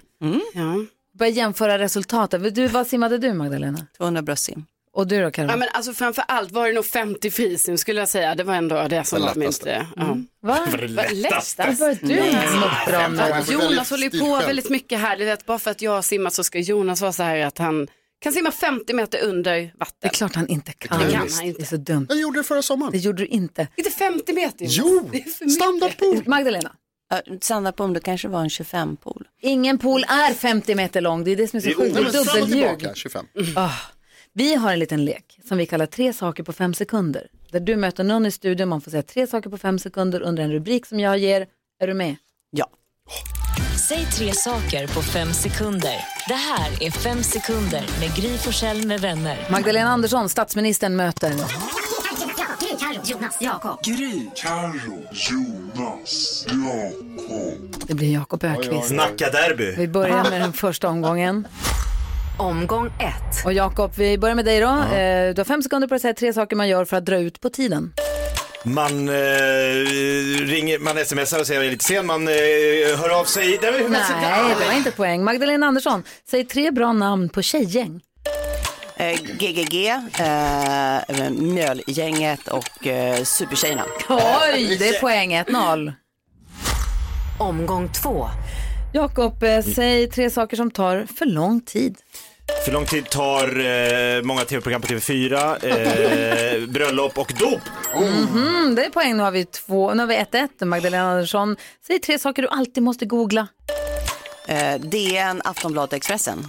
Speaker 5: Ja.
Speaker 1: Börja jämföra resultaten. Du, vad simmade du Magdalena?
Speaker 9: 200 bröst sim.
Speaker 1: Och du då Carolina?
Speaker 5: Ja, men alltså framför allt var det nog 50 frisim skulle jag säga. Det var ändå det som
Speaker 1: Det
Speaker 5: var mitt...
Speaker 1: lättaste.
Speaker 5: eh, Ja.
Speaker 1: Va?
Speaker 5: Det var det lättaste.
Speaker 1: Vad var det du
Speaker 5: Nej.
Speaker 1: något bra med?
Speaker 5: Jonas håller ju på väldigt mycket här. Du vet, bara för att jag har simmat så ska Jonas vara så här att han kan simma 50 meter under vatten.
Speaker 1: Det är klart han inte kan.
Speaker 5: Det kan han
Speaker 1: Det
Speaker 5: inte.
Speaker 1: är så dumt.
Speaker 3: Jag gjorde det förra sommaren.
Speaker 1: Det gjorde du inte.
Speaker 5: Inte 50 meter.
Speaker 3: Jo,
Speaker 1: standardpool. Magdalena,
Speaker 9: Standardpool, det kanske var en 25-pool.
Speaker 1: ingen pool är 50 meter lång. Det är det som är så sjukt. Det är Dubbelljug.
Speaker 3: 25.
Speaker 1: Ah, vi har en liten lek som vi kallar tre saker på fem sekunder. Där du möter någon i studion, man får säga tre saker på fem sekunder under en rubrik som jag ger. Är du med?
Speaker 9: Ja.
Speaker 10: Säg tre saker på fem sekunder. Det här är Fem sekunder med Gry Forssell med vänner.
Speaker 1: Magdalena Andersson, statsministern möter.
Speaker 10: Gry, Carro, Jonas, Jakob.
Speaker 11: Gry, Carro, Jonas, Jakob.
Speaker 1: Det blir Jakob Ökvist.
Speaker 4: Snacka derby.
Speaker 1: Vi börjar med den första omgången.
Speaker 10: Omgång ett.
Speaker 1: Och Jakob, vi börjar med dig då.
Speaker 4: Ja.
Speaker 1: Eh, Du har fem sekunder på dig att säga tre saker man gör för att dra ut på tiden.
Speaker 4: Man eh, ringer, man smsar och säger jag är lite sen, man eh, hör av sig. Nej, men hur-
Speaker 1: Nej, det var inte poäng. Magdalena Andersson, säg tre bra namn på tjejgäng.
Speaker 9: Eh, GGG, eh, Mjölgänget och eh, Supertjejerna.
Speaker 1: Oj, det är poäng 1-0.
Speaker 10: Omgång två.
Speaker 1: Jakob, eh, säg tre saker som tar för lång tid.
Speaker 4: För lång tid tar eh, många tv-program på TV4, eh, bröllop och dop.
Speaker 1: Mhm, det är poäng. Nu har vi två. Nu har vi 1-1. Magdalena Andersson, säg tre saker du alltid måste googla.
Speaker 9: Eh, DN, Aftonbladet, Expressen.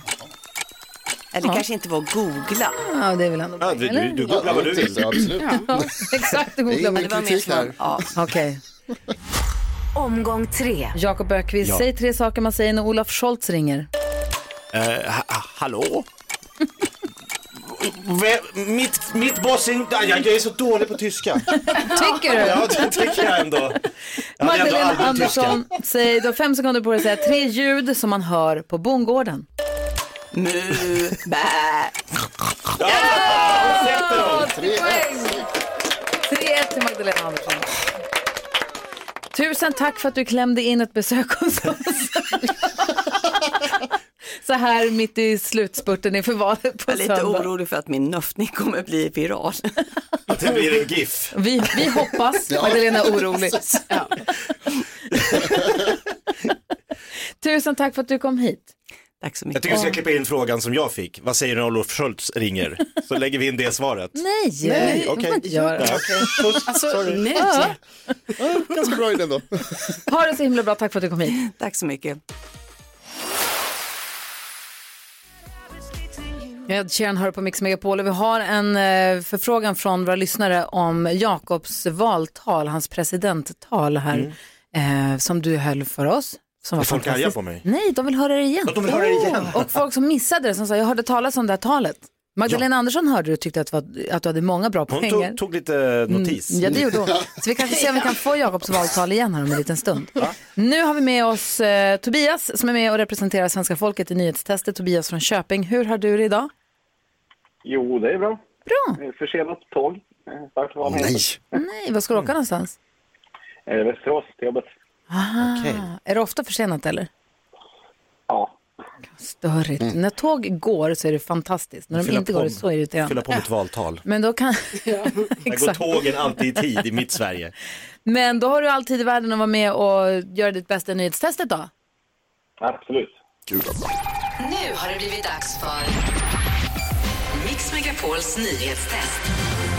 Speaker 9: Eller
Speaker 1: Ja.
Speaker 9: kanske inte var googla.
Speaker 1: Ja, det är väl ändå
Speaker 9: Ja, du- du- du googlar vad du vill. Ja, absolut.
Speaker 1: Ja, exakt, du googlar vad du vill. Ja, Okej.
Speaker 10: Omgång tre.
Speaker 1: Jakob Ökvist,
Speaker 4: Ja.
Speaker 1: säg tre saker man säger när Olof Scholz ringer.
Speaker 4: Eh, ha, ha- hallå? Vem- mitt, mitt boss är inte... Ah, Jag, jag är så dålig på tyska.
Speaker 1: Tycker du?
Speaker 4: Ja, det tycker jag ändå. Jag hade ändå
Speaker 1: Magdalena
Speaker 4: allmän tyska.
Speaker 1: Andersson, säg, du har fem sekunder på dig att säga tre ljud som man hör på bondgården.
Speaker 9: Mu, bä.
Speaker 1: Ja, tre poäng. 3-1 till Magdalena Andersson. Tusen tack för att du klämde in ett besök hos oss. Så här mitt i slutspurten inför valet på
Speaker 9: Jag är lite
Speaker 1: söndag.
Speaker 9: orolig för att min nöftning kommer bli viral.
Speaker 4: Det blir en GIF.
Speaker 1: Vi, vi hoppas,
Speaker 9: Ja.
Speaker 1: Magdalena är orolig. Ja. Tusen tack för att du kom hit.
Speaker 9: Tack så
Speaker 4: Jag tycker vi ska klippa in frågan som jag fick. Vad säger du när Olof Schultz ringer? Så lägger vi in det svaret.
Speaker 1: Nej,
Speaker 4: Nej,
Speaker 1: det får
Speaker 4: okej.
Speaker 1: man inte göra.
Speaker 4: Ja.
Speaker 5: Alltså, nej.
Speaker 1: Ja.
Speaker 3: Ganska bra idé då.
Speaker 1: Ha det så himla bra, tack för att du kom hit.
Speaker 9: Tack så mycket.
Speaker 1: Ed Sheeran hör på Mix Megapol och vi har en eh, förfrågan från våra lyssnare om Jakobs valtal, hans presidenttal här, eh, som du höll för oss. Som var
Speaker 4: Mm. Är folk
Speaker 1: fantastiskt.
Speaker 4: arga på mig?
Speaker 1: Nej, de vill höra det igen. Oh!
Speaker 4: Ja, de vill höra det igen.
Speaker 1: Och folk som missade det, som sa jag hörde talas om det här talet. Magdalena Andersson hörde du och tyckte att, det var, att du hade många bra
Speaker 4: Hon
Speaker 1: poänger.
Speaker 4: tog, tog lite notis.
Speaker 1: Mm, ja, det gjorde hon. Så vi kanske ser om vi kan få Jakobs valtal igen här om en liten stund. Nu har vi med oss eh, Tobias som är med och representerar svenska folket i nyhetstestet. Tobias från Köping, hur har du det idag?
Speaker 12: Jo, det är bra.
Speaker 1: Bra.
Speaker 12: Försenat tåg. Tack för
Speaker 3: Nej.
Speaker 1: Nej, vad ska du åka någonstans?
Speaker 12: Mm. Eh, Västerås till jobbet.
Speaker 1: Aha. Är det ofta försenat eller?
Speaker 12: Ja.
Speaker 1: Störigt. När tåg går så är det fantastiskt. När de
Speaker 4: Mm. Fylla
Speaker 1: inte
Speaker 4: på
Speaker 1: går är det
Speaker 4: med-
Speaker 1: så irriterande.
Speaker 4: Fylla på med ett valtal.
Speaker 1: Men då kan...
Speaker 4: Där går tågen alltid i tid i mitt Sverige.
Speaker 1: Men då har du all tid i världen att vara med och göra ditt bästa i nyhetstestet då.
Speaker 12: Absolut.
Speaker 10: Nu har det blivit dags för Mix Megapols nyhetstest.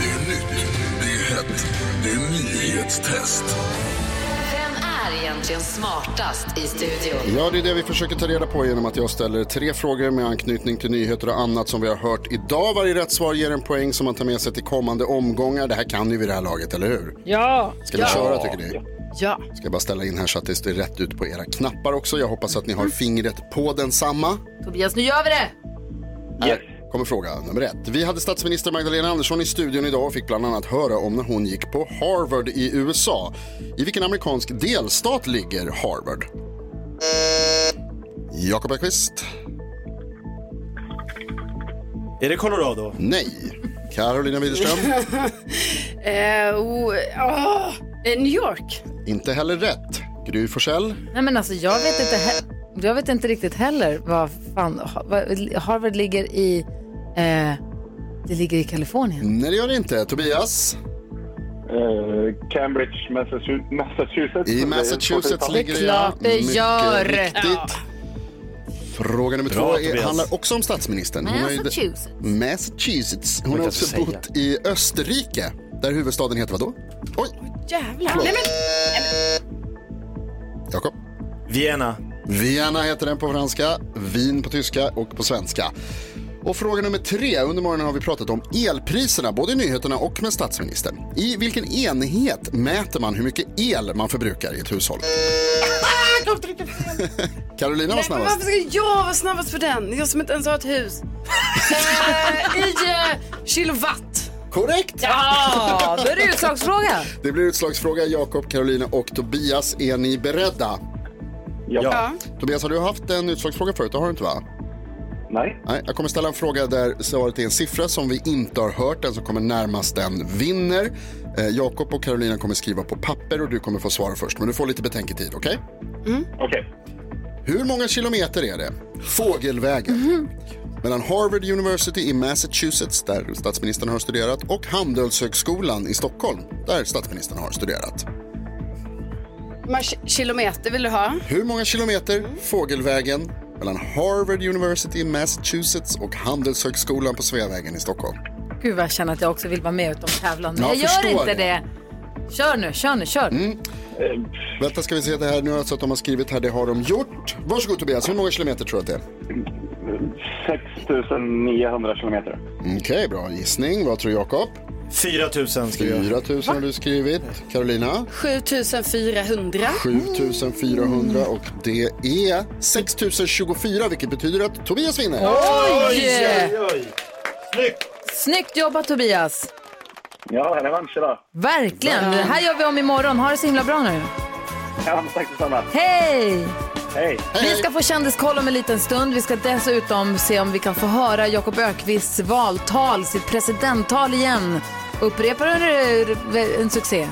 Speaker 11: Det är nytt, det är hett, det är nyhetstest.
Speaker 10: Vem är egentligen smartast i studion?
Speaker 3: Ja, det är det vi försöker ta reda på genom att jag ställer tre frågor med anknytning till nyheter och annat som vi har hört idag. Varje rätt svar ger en poäng som man tar med sig till kommande omgångar. Det här kan ni vid det här laget, eller hur?
Speaker 1: Ja.
Speaker 3: Ska vi köra tycker ni?
Speaker 1: Ja.
Speaker 3: Ska jag bara ställa in här så att det står rätt ut på era knappar också. Jag hoppas att ni har fingret på densamma.
Speaker 1: Tobias, nu gör vi det!
Speaker 3: Här kommer fråga nummer ett. Vi hade statsminister Magdalena Andersson i studion idag och fick bland annat höra om när hon gick på Harvard i USA. I vilken amerikansk delstat ligger Harvard? Jakob Bergqvist.
Speaker 4: Är det Colorado?
Speaker 3: Nej. Carolina Widerström.
Speaker 5: eh, oh, ah, eh, New York.
Speaker 3: Inte heller rätt. Gry Forssell.
Speaker 1: Nej men alltså jag vet inte, he- jag vet inte riktigt heller vad fan, ha- vad- Harvard ligger i, eh, det ligger i
Speaker 4: Mm.
Speaker 1: Kalifornien.
Speaker 3: Nej, det gör det inte. Tobias.
Speaker 12: Eh, Cambridge, Massachu- Massachusetts.
Speaker 3: I Massachusetts ligger det, ja. Mycket riktigt. Fråga nummer
Speaker 12: Bra,
Speaker 3: två är,
Speaker 12: Tobias.
Speaker 3: handlar också om statsministern. Hon har ju-
Speaker 1: Massachusetts.
Speaker 3: Massachusetts. Hon har
Speaker 12: Jag kan
Speaker 3: också
Speaker 12: inte säga.
Speaker 3: bott i Österrike, där huvudstaden heter vadå?
Speaker 5: Jävlar. Nej, men,
Speaker 3: Jakob?
Speaker 4: Vienna.
Speaker 3: Vienna heter den på franska, Wien på tyska och på svenska. Och fråga nummer tre. Under morgonen har vi pratat om elpriserna, både i nyheterna och med statsministern. I vilken enhet mäter man hur mycket el man förbrukar i ett hushåll?
Speaker 5: ah, klocktrycket.
Speaker 3: Carolina
Speaker 5: Nej,
Speaker 3: var
Speaker 5: men
Speaker 3: snabbast.
Speaker 5: varför ska jag vara snabbast för den? Jag som inte ens har ett hus. eh, I eh, kilowatt.
Speaker 3: Korrekt!
Speaker 5: Ja,
Speaker 1: då är det utslagsfråga.
Speaker 3: Det blir utslagsfråga. Jakob, Carolina och Tobias, är ni beredda?
Speaker 12: Ja.
Speaker 3: Tobias, har du haft en utslagsfråga förut? Det har du inte, va?
Speaker 12: Nej.
Speaker 3: Nej, jag kommer ställa en fråga där svaret är en siffra som vi inte har hört. Den som kommer närmast den vinner. Eh, Jakob och Carolina kommer skriva på papper och du kommer få svara först. Men du får lite betänketid, okej?
Speaker 12: Okej.
Speaker 3: Hur många kilometer är det fågelvägen mellan Harvard University i Massachusetts, där statsministern har studerat, och Handelshögskolan i Stockholm, där statsministern har studerat?
Speaker 5: Mars- kilometer vill du ha?
Speaker 3: Hur många kilometer fågelvägen mellan Harvard University i Massachusetts och Handelshögskolan på Sveavägen i Stockholm?
Speaker 1: Gud vad jag känner att jag också vill vara med utom tävlan. Men
Speaker 3: Ja,
Speaker 1: jag gör
Speaker 3: förstår
Speaker 1: inte det.
Speaker 3: det.
Speaker 1: Kör nu, kör nu, kör.
Speaker 5: Mm.
Speaker 3: Vänta ska vi se det här nu, alltså att de har skrivit här, det har de gjort. Varsågod Tobias, hur många kilometer tror du att det är?
Speaker 12: 6900 kilometer.
Speaker 3: Okej, bra gissning. Vad tror Jakob?
Speaker 4: 4 000 skriver jag.
Speaker 3: 4 000 har du skrivit. Carolina?
Speaker 5: 7400.
Speaker 3: 7400 och det är 6024 vilket betyder att Tobias vinner.
Speaker 4: oj. Snyggt!
Speaker 1: Snyggt jobbat Tobias.
Speaker 12: Ja, revansch idag.
Speaker 1: Verkligen. Det här gör vi om imorgon. Ha det så himla bra nu.
Speaker 12: Ja, men tack detsamma.
Speaker 1: Hej!
Speaker 12: Hej.
Speaker 1: Vi ska få kändiskoll om en liten stund. Vi ska dessutom se om vi kan få höra Jakob Ökvists valtal, sitt presidenttal igen. Upprepar han eh, en succé?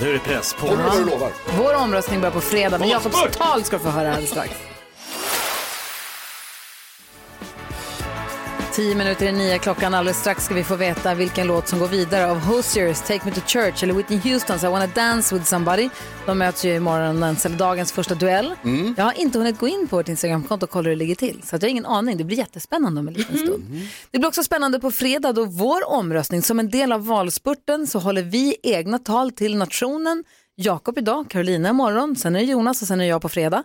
Speaker 4: Nu är det press på.
Speaker 1: Håller du vad du lovar? Vår omröstning börjar på fredag, men Jakobs tal ska du få höra alldeles strax. Tio minuter i nio klockan. Alldeles strax ska vi få veta vilken låt som går vidare av Hoosiers, Take Me To Church eller Whitney Houstons I Wanna Dance With Somebody. De möts ju i morgonens, eller dagens första duell. Jag har inte hunnit gå in på vårt Instagramkonto och kolla hur det ligger till, så att jag har ingen aning. Det blir jättespännande om en liten stund. Det blir också spännande på fredag då vår omröstning, som en del av valspurten så håller vi egna tal till nationen. Jakob idag, Carolina imorgon, sen är det Jonas och sen är det jag på fredag.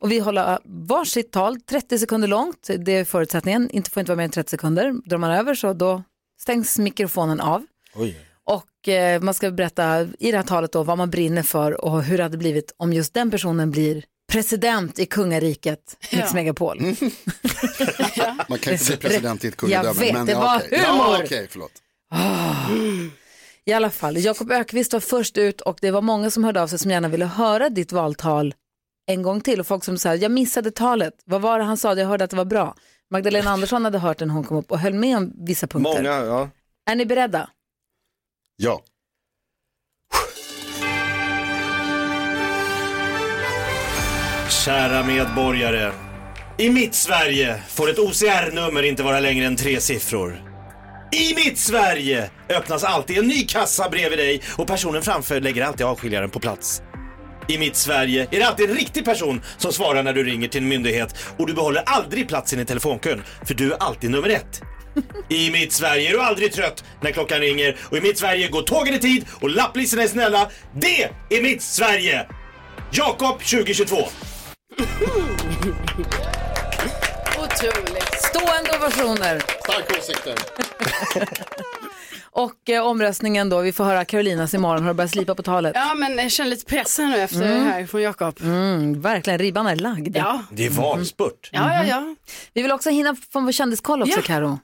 Speaker 1: Och vi håller varsitt tal, 30 sekunder långt, det är förutsättningen. Inte får inte vara mer än 30 sekunder. Drar man över så då stängs mikrofonen av.
Speaker 4: Oj.
Speaker 1: Och eh, man ska berätta i det här talet då vad man brinner för och hur det hade blivit om just den personen blir president i kungariket Mix
Speaker 3: Ja.
Speaker 1: Megapol.
Speaker 3: Man kan inte bli president i ett
Speaker 1: Jag
Speaker 3: kungadöme.
Speaker 1: vet,
Speaker 3: men
Speaker 1: det
Speaker 3: ja,
Speaker 1: var
Speaker 3: okej. Ja,
Speaker 1: humor.
Speaker 3: okej, förlåt.
Speaker 1: I alla fall, Jakob Ökvist var först ut och det var många som hörde av sig som gärna ville höra ditt valtal en gång till. Och folk som sa, jag missade talet, vad var det han sa, jag hörde att det var bra. Magdalena Andersson hade hört den när hon kom upp och höll med om vissa punkter.
Speaker 4: Många, ja.
Speaker 1: Är ni beredda?
Speaker 3: Ja.
Speaker 4: Kära medborgare. I mitt Sverige får ett OCR-nummer inte vara längre än tre siffror. I mitt Sverige öppnas alltid en ny kassa bredvid dig och personen framför lägger alltid avskiljaren på plats. I mitt Sverige är det alltid en riktig person som svarar när du ringer till en myndighet och du behåller aldrig platsen i telefonkön för du är alltid nummer ett. I mitt Sverige är du aldrig trött när klockan ringer och i mitt Sverige går tågen i tid och lapplisorna är snälla. Det är mitt Sverige! Jakob 2022.
Speaker 9: Otroligt.
Speaker 1: Stående ovationer.
Speaker 3: Starka åsikter.
Speaker 1: Och eh, omröstningen då, vi får höra Carolinas imorgon. Har du börjat slipa på talet?
Speaker 9: Ja, men jag känner lite press här nu efter
Speaker 1: Mm.
Speaker 9: det här från Jakob.
Speaker 1: Mm, verkligen, ribban är lagd.
Speaker 9: Ja.
Speaker 4: Det är valspurt.
Speaker 9: Ja, ja,
Speaker 1: Mm.
Speaker 9: ja.
Speaker 1: Vi vill också hinna från vår kändiskoll också,
Speaker 9: Ja.
Speaker 1: Karo.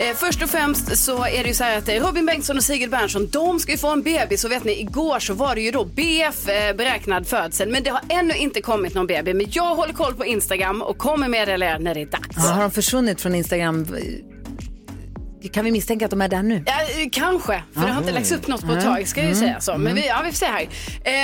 Speaker 9: Eh, först och främst så är det ju så här att eh, Robin Bengtsson och Sigrid Bernson, de ska ju få en bebis och vet ni, igår så var det ju då BF eh, beräknad födsel, men det har ännu inte kommit någon bebis. Men jag håller koll på Instagram och kommer meddela er när det är dags.
Speaker 1: Ja, har de försvunnit från Instagram? Kan vi misstänka att de är där nu?
Speaker 9: Ja, eh, kanske, för det har inte
Speaker 1: Mm.
Speaker 9: lagts upp något på ett
Speaker 1: Mm.
Speaker 9: tag ska jag ju
Speaker 1: Mm.
Speaker 9: säga så. Men vi, ja, vi får se här.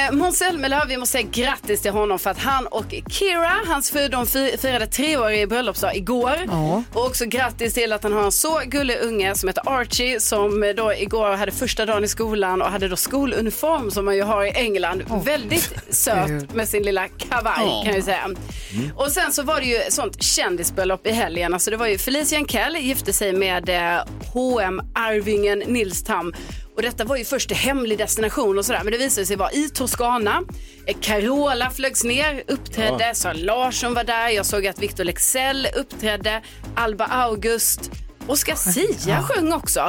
Speaker 9: Eh, Måns Zelmerlöw, vi måste säga grattis till honom för att han och Kira, hans fru, de fi- firade treårig bröllopsdag igår.
Speaker 1: Ja.
Speaker 9: Och också grattis till att han har en så gullig unge som heter Archie som eh, då igår hade första dagen i skolan och hade då skoluniform som man ju har i England. Väldigt söt med sin lilla kavaj
Speaker 13: Ja.
Speaker 9: kan jag ju säga.
Speaker 1: Mm.
Speaker 9: Och sen så var det ju ett sånt kändisbröllop i helgen. Alltså det var ju Felicia Kell gifte sig med eh, hm arvingen Nils Tam. Och detta var ju först hemlig destination och sådär. Men det visade sig vara i Toscana. Eh, Carola flögs ner, uppträdde.
Speaker 13: Ja.
Speaker 9: Sara Larsson var där. Jag såg att Victor Lexell uppträdde. Alba August. Oskar Sia sjöng också.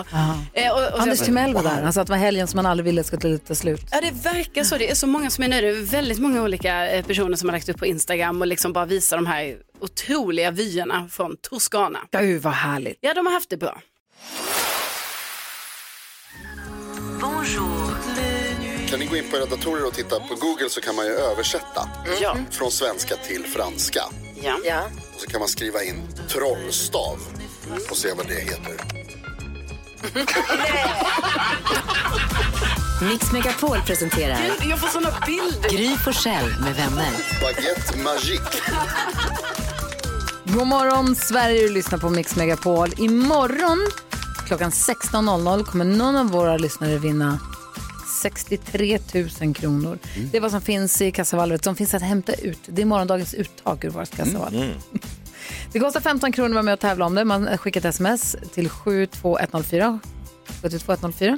Speaker 9: Eh, och- och så-
Speaker 1: Anders Timell var där. Han sa att det var helgen som man aldrig ville skulle ta slut.
Speaker 9: Ja, det verkar så. Det är så många som är nöjda. Det är väldigt många olika eh, personer som har lagt upp på Instagram och liksom bara visar de här otroliga vyerna från Toscana.
Speaker 1: Gud, vad härligt.
Speaker 9: Ja, de har haft det bra.
Speaker 3: Kan ni gå in på era datorer och titta? På Google så kan man ju översätta.
Speaker 9: Ja.
Speaker 3: Från svenska till franska.
Speaker 9: Ja.
Speaker 3: Och så kan man skriva in trollstav och se vad det heter.
Speaker 13: Mix Megapol presenterar
Speaker 9: Gud, jag får såna bilder.
Speaker 13: Gry Forssell med vänner.
Speaker 3: Baguette magique.
Speaker 1: God morgon Sverige, du lyssnar på Mix Megapol. Imorgon klockan 16.00 kommer någon av våra lyssnare vinna 63 000 kronor. Det är vad som finns i kassavalvet som finns att hämta ut. Det är morgondagens uttag ur vårt kassavalv. Det kostar 15 kronor att vara med och tävla om det. Man skickar ett sms till 72104. 72104.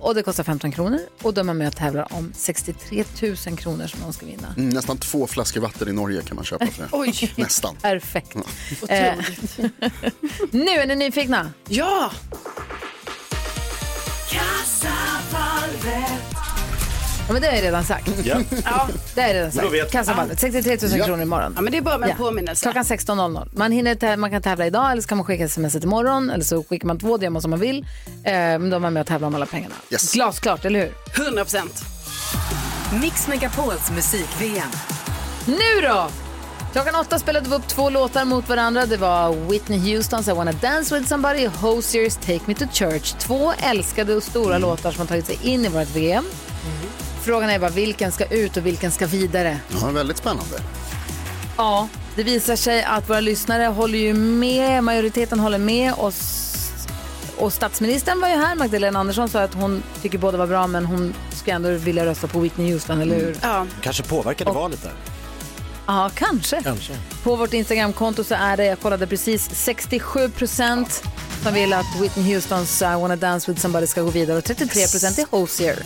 Speaker 1: Och det kostar 15 kronor. Och då är man med och tävlar om 63 000 kronor som någon ska vinna.
Speaker 3: Mm, nästan två flaskor vatten i Norge kan man köpa för det.
Speaker 9: Oj.
Speaker 3: Nästan.
Speaker 1: Perfekt. Eh, nu är ni nyfikna?
Speaker 9: Ja!
Speaker 1: Ja, men det har jag redan sagt.
Speaker 4: Ja.
Speaker 9: ja.
Speaker 1: Det har jag redan
Speaker 9: Då vet-
Speaker 1: sagt. Kassavalvet, 63 000
Speaker 9: Ja.
Speaker 1: kronor imorgon.
Speaker 9: Ja, men det är bara med en påminnelse.
Speaker 1: Klockan 16.00. Man, hinner tä- man kan tävla idag eller så kan man skicka sms et imorgon eller så skickar man två, det gör man som man vill. Eh, men då är man med och tävlar om alla pengarna. Glasklart, eller hur?
Speaker 9: 100 procent.
Speaker 13: Mix Megapols musik-VM.
Speaker 1: Nu då! Klockan åtta spelade vi upp två låtar mot varandra. Det var Whitney Houstons I wanna dance with somebody och Hoziers Take me to church. Två älskade och stora låtar som har tagit sig in i vårt VM. Frågan är bara vilken ska ut och vilken ska vidare?
Speaker 3: Ja, väldigt spännande.
Speaker 1: Ja, det visar sig att våra lyssnare håller ju med, majoriteten håller med oss. Och statsministern var ju här, Magdalena Andersson sa att hon tycker båda var bra men hon skulle ändå vilja rösta på Whitney Houston, eller hur?
Speaker 9: Ja.
Speaker 4: Kanske påverkade valet där.
Speaker 1: Ja, kanske.
Speaker 4: Kanske.
Speaker 1: På vårt Instagramkonto så är det, jag kollade precis, 67 procent som vill att Whitney Houstons I wanna dance with somebody ska gå vidare och 33 procent är Hozier.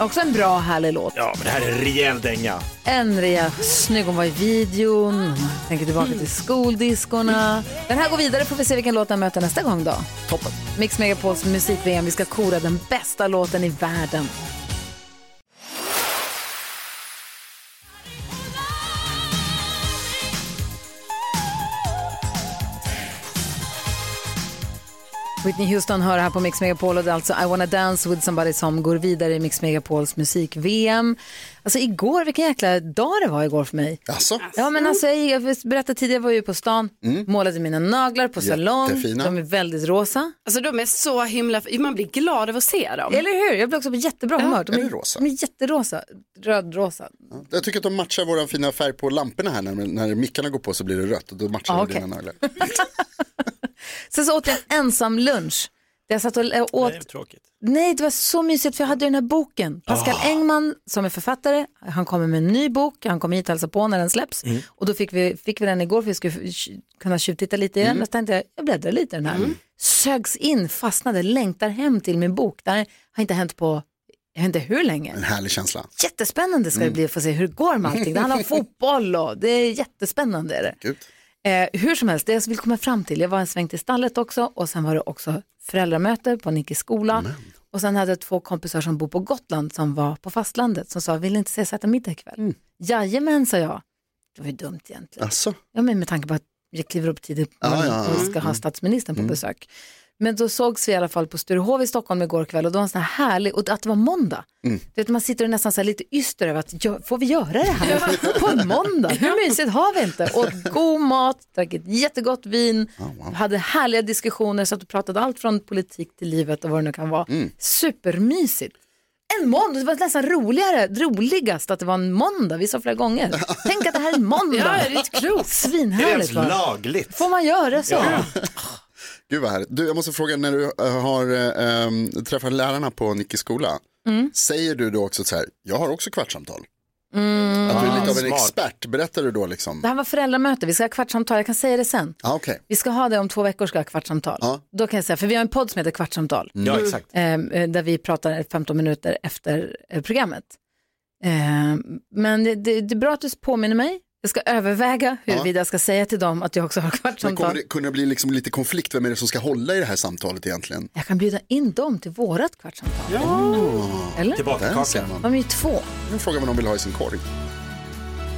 Speaker 1: Också en bra, härlig låt.
Speaker 4: Ja, men det här är en rejäl dänga.
Speaker 1: En rejäl, snygg hon var i videon,
Speaker 4: Mm.
Speaker 1: hon tänker tillbaka till skoldiskorna. Den här går vidare, får vi se vilken låt den möter nästa gång då.
Speaker 3: Toppen.
Speaker 1: Mix Megapols musik-VM, vi ska kora den bästa låten i världen. Whitney Houston hör här på Mix Megapol och det är alltså I wanna dance with somebody som går vidare i Mix Megapols musik-VM. Alltså igår, vilken jäkla dag det var igår för mig.
Speaker 3: Alltså?
Speaker 1: Ja men alltså jag, jag berättade tidigare, jag var ju på stan,
Speaker 5: Mm.
Speaker 1: målade mina naglar på salong,
Speaker 5: Jättefina.
Speaker 1: de är väldigt rosa.
Speaker 9: Mm.
Speaker 5: Alltså de är så himla, man blir glad över att se dem.
Speaker 1: Eller hur? Jag blir också på jättebra
Speaker 5: Ja.
Speaker 1: humör. De
Speaker 3: Är det rosa?
Speaker 1: De är jätterosa, rödrosa.
Speaker 3: Jag tycker att de matchar våra fina färg på lamporna här. När, när mickarna går på så blir det rött och då matchar
Speaker 1: Ah,
Speaker 3: de
Speaker 1: okej.
Speaker 3: dina naglar.
Speaker 1: Sen så åt jag en ensam lunch. Där jag satt och jag åt... Nej,
Speaker 4: tråkigt.
Speaker 1: det var så mysigt för jag hade ju den här boken. Pascal
Speaker 4: Ah.
Speaker 1: Engman som är författare, han kommer med en ny bok, han kommer hit och hälsar på när den släpps.
Speaker 4: Mm.
Speaker 1: Och då fick vi, fick vi den igår för vi skulle tj- kunna tjuvtitta lite i den.
Speaker 4: Mm.
Speaker 1: Då tänkte jag, jag bläddrar lite i den här. Sögs in, fastnade, längtar hem till min bok. Det här har inte hänt på, jag vet inte hur länge.
Speaker 3: En härlig känsla.
Speaker 1: Jättespännande ska det
Speaker 3: Mm.
Speaker 1: bli att få se hur det går med allting. Det handlar om fotboll och det är jättespännande. Är det.
Speaker 3: Gud.
Speaker 1: Eh, hur som helst, det jag vill komma fram till, jag var en sväng till stallet också och sen var det också föräldramöte på Nickis skola. Och sen hade jag två kompisar som bor på Gotland som var på fastlandet som sa, vill ni inte ses och äta middag ikväll?
Speaker 3: Mm.
Speaker 1: Jajamän, sa jag. Det var ju dumt egentligen.
Speaker 3: Alltså?
Speaker 1: Ja, men med tanke på att jag kliver upp tidigt på
Speaker 3: Ja,
Speaker 1: morgonen
Speaker 3: ja,
Speaker 1: och
Speaker 3: ja.
Speaker 1: ska ha
Speaker 3: Mm.
Speaker 1: statsministern på
Speaker 3: Mm.
Speaker 1: besök. Men då sågs vi i alla fall på Sturehov i Stockholm igår kväll och det var en sån här härlig, och att det var måndag.
Speaker 3: Mm.
Speaker 1: Du vet, man sitter och nästan så här lite yster över att ja, får vi göra det här på en måndag? Hur mysigt har vi inte? Åt god mat, drack ett jättegott vin, hade härliga diskussioner, satt och pratade allt från politik till livet och vad det nu kan vara.
Speaker 3: Mm.
Speaker 1: Supermysigt. En måndag, det var nästan roligare, roligast att det var en måndag, vi sa flera gånger. Tänk att det här är en måndag.
Speaker 5: Ja, det är inte klokt.
Speaker 4: Är det
Speaker 1: Svinhärligt
Speaker 4: ens
Speaker 1: va?
Speaker 4: lagligt?
Speaker 1: Får man göra så?
Speaker 3: Ja. Gud vad härligt. Du, jag måste fråga, när du eh, har eh, em, träffat lärarna på Nickis skola,
Speaker 1: Mm.
Speaker 3: säger du då också så här, jag har också kvartssamtal?
Speaker 1: Mm.
Speaker 3: Att du är lite av en
Speaker 1: Smart.
Speaker 3: expert, berättar du då liksom?
Speaker 1: Det här var föräldramöte, vi ska ha kvartssamtal, jag kan säga det sen.
Speaker 3: Ah, Okej,
Speaker 1: Vi ska ha det om två veckor, ska ha kvartssamtal.
Speaker 3: Ja.
Speaker 1: Då kan jag säga, för vi har en podd som heter Kvartssamtal.
Speaker 3: Mm. Ja, exakt.
Speaker 1: Ehm, eh, där vi pratar 15 minuter efter eh, programmet. Ehm, men det, det, det är bra att du påminner mig. Jag ska överväga huruvida jag ska säga till dem att jag också har
Speaker 3: men kommer
Speaker 1: kvartssamtal.
Speaker 3: det kunna bli liksom lite konflikt, vem är det som ska hålla i det här samtalet egentligen?
Speaker 1: Jag kan bjuda in dem till vårat kvartssamtal.
Speaker 3: Oh.
Speaker 1: Eller?
Speaker 3: Där ser man.
Speaker 1: De är ju två.
Speaker 3: Nu frågar man om de vill ha i sin korg.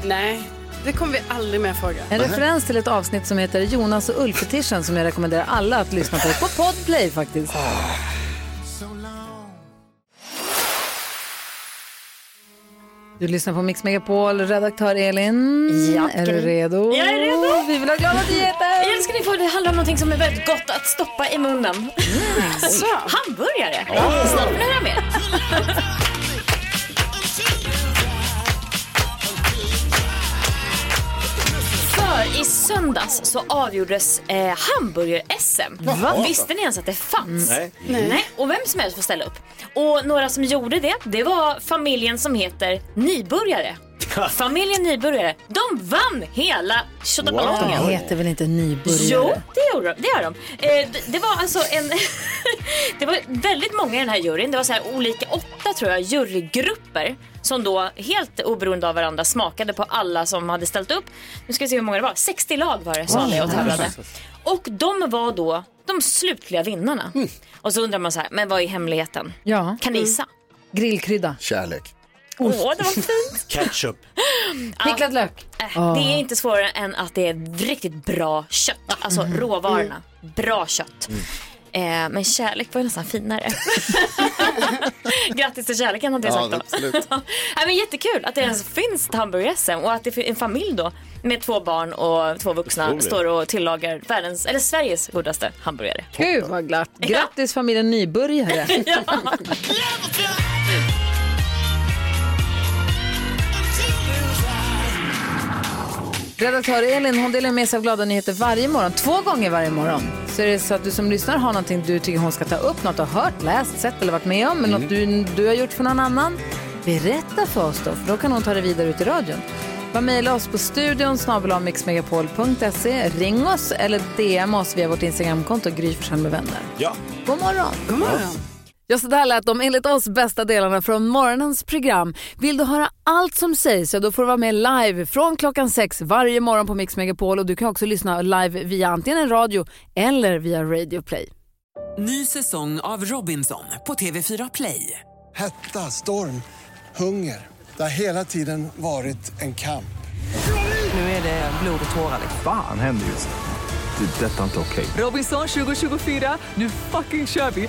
Speaker 5: Nej, det kommer vi aldrig mer fråga.
Speaker 1: En referens till ett avsnitt som heter Jonas och Ulf-fetischen som jag rekommenderar alla att lyssna på på Podplay faktiskt. Du lyssnar på Mix Megapol, redaktör Elin.
Speaker 2: Ja,
Speaker 1: är du
Speaker 2: Gry.
Speaker 1: redo?
Speaker 2: Jag är redo!
Speaker 1: Vi vill ha glada nyheter!
Speaker 2: Jag älskar ni får, det handlar om någonting som är väldigt gott att stoppa i munnen.
Speaker 10: Mm.
Speaker 2: Så. Hamburgare!
Speaker 11: Ja.
Speaker 2: Snart vill ni höra mer. För i söndags så avgjordes eh, hamburger-SM.
Speaker 11: Va?
Speaker 2: Visste ni ens att det fanns?
Speaker 11: Nej.
Speaker 2: Nej. Nej. Och vem som helst får ställa upp. Och några som gjorde det, det var familjen som heter Nybörjare. Familjen Nybörjare, de vann hela tjottaballongen.
Speaker 1: Det heter väl inte nybörjare?
Speaker 2: Jo, det gör de. Det, gör de. Eh, det, det var alltså en... det var väldigt många i den här juryn. Det var så här olika, åtta tror jag, jurygrupper som då helt oberoende av varandra smakade på alla som hade ställt upp. Nu ska vi se hur många det var. 60 lag var det som var med och tävlade. Och de var då de slutliga vinnarna. Och så undrar man så här, men vad är hemligheten?
Speaker 1: Ja.
Speaker 2: Kan ni gissa?
Speaker 1: Grillkrydda.
Speaker 3: Kärlek.
Speaker 2: Åh, det var fint.
Speaker 4: Ketchup.
Speaker 1: Picklad lök.
Speaker 2: Äh, Det är inte svårare än att det är riktigt bra kött. Alltså
Speaker 11: Mm.
Speaker 2: råvarorna. Bra kött. Eh, men kärlek var ju nästan finare. Grattis till kärleken hade jag
Speaker 11: Ja,
Speaker 2: sagt då.
Speaker 11: absolut. Mm.
Speaker 2: Nej, men jättekul att det ens finns ett hamburger-SM och att det är en familj då med två barn och två vuxna
Speaker 1: Otroligt.
Speaker 2: står och tillagar världens, eller Sveriges godaste hamburgare.
Speaker 1: Gud vad glatt. Grattis familjen nybörjare.
Speaker 2: Ja.
Speaker 1: Redaktör Elin hon delar med sig av glada nyheter varje morgon, två gånger varje morgon. Så är det så att du som lyssnar har någonting du tycker hon ska ta upp, något du har hört, läst, sett eller varit med om, men
Speaker 2: Mm.
Speaker 1: något du, du har gjort för någon annan. Berätta för oss då, för då kan hon ta det vidare ut i radion. Bara mejla oss på studion snabel-mixmegapol.se, ring oss eller DM oss via vårt Instagramkonto Gry Forssell med vänner.
Speaker 4: Ja.
Speaker 1: God morgon! God morgon! Ja, så där lät de enligt oss bästa delarna från morgonens program. Vill du höra allt som sägs så då får du vara med live från klockan sex varje morgon på Mix Megapol och du kan också lyssna live via antingen radio eller via Radio Play.
Speaker 8: Ny säsong av Robinson på TV4 Play.
Speaker 14: Hetta, storm, hunger. Det har hela tiden varit en kamp.
Speaker 15: Nu är det blod och tårar. liksom.
Speaker 16: Fan händer just det. Det är detta inte okej.
Speaker 8: Robinson 2024, nu fucking kör vi!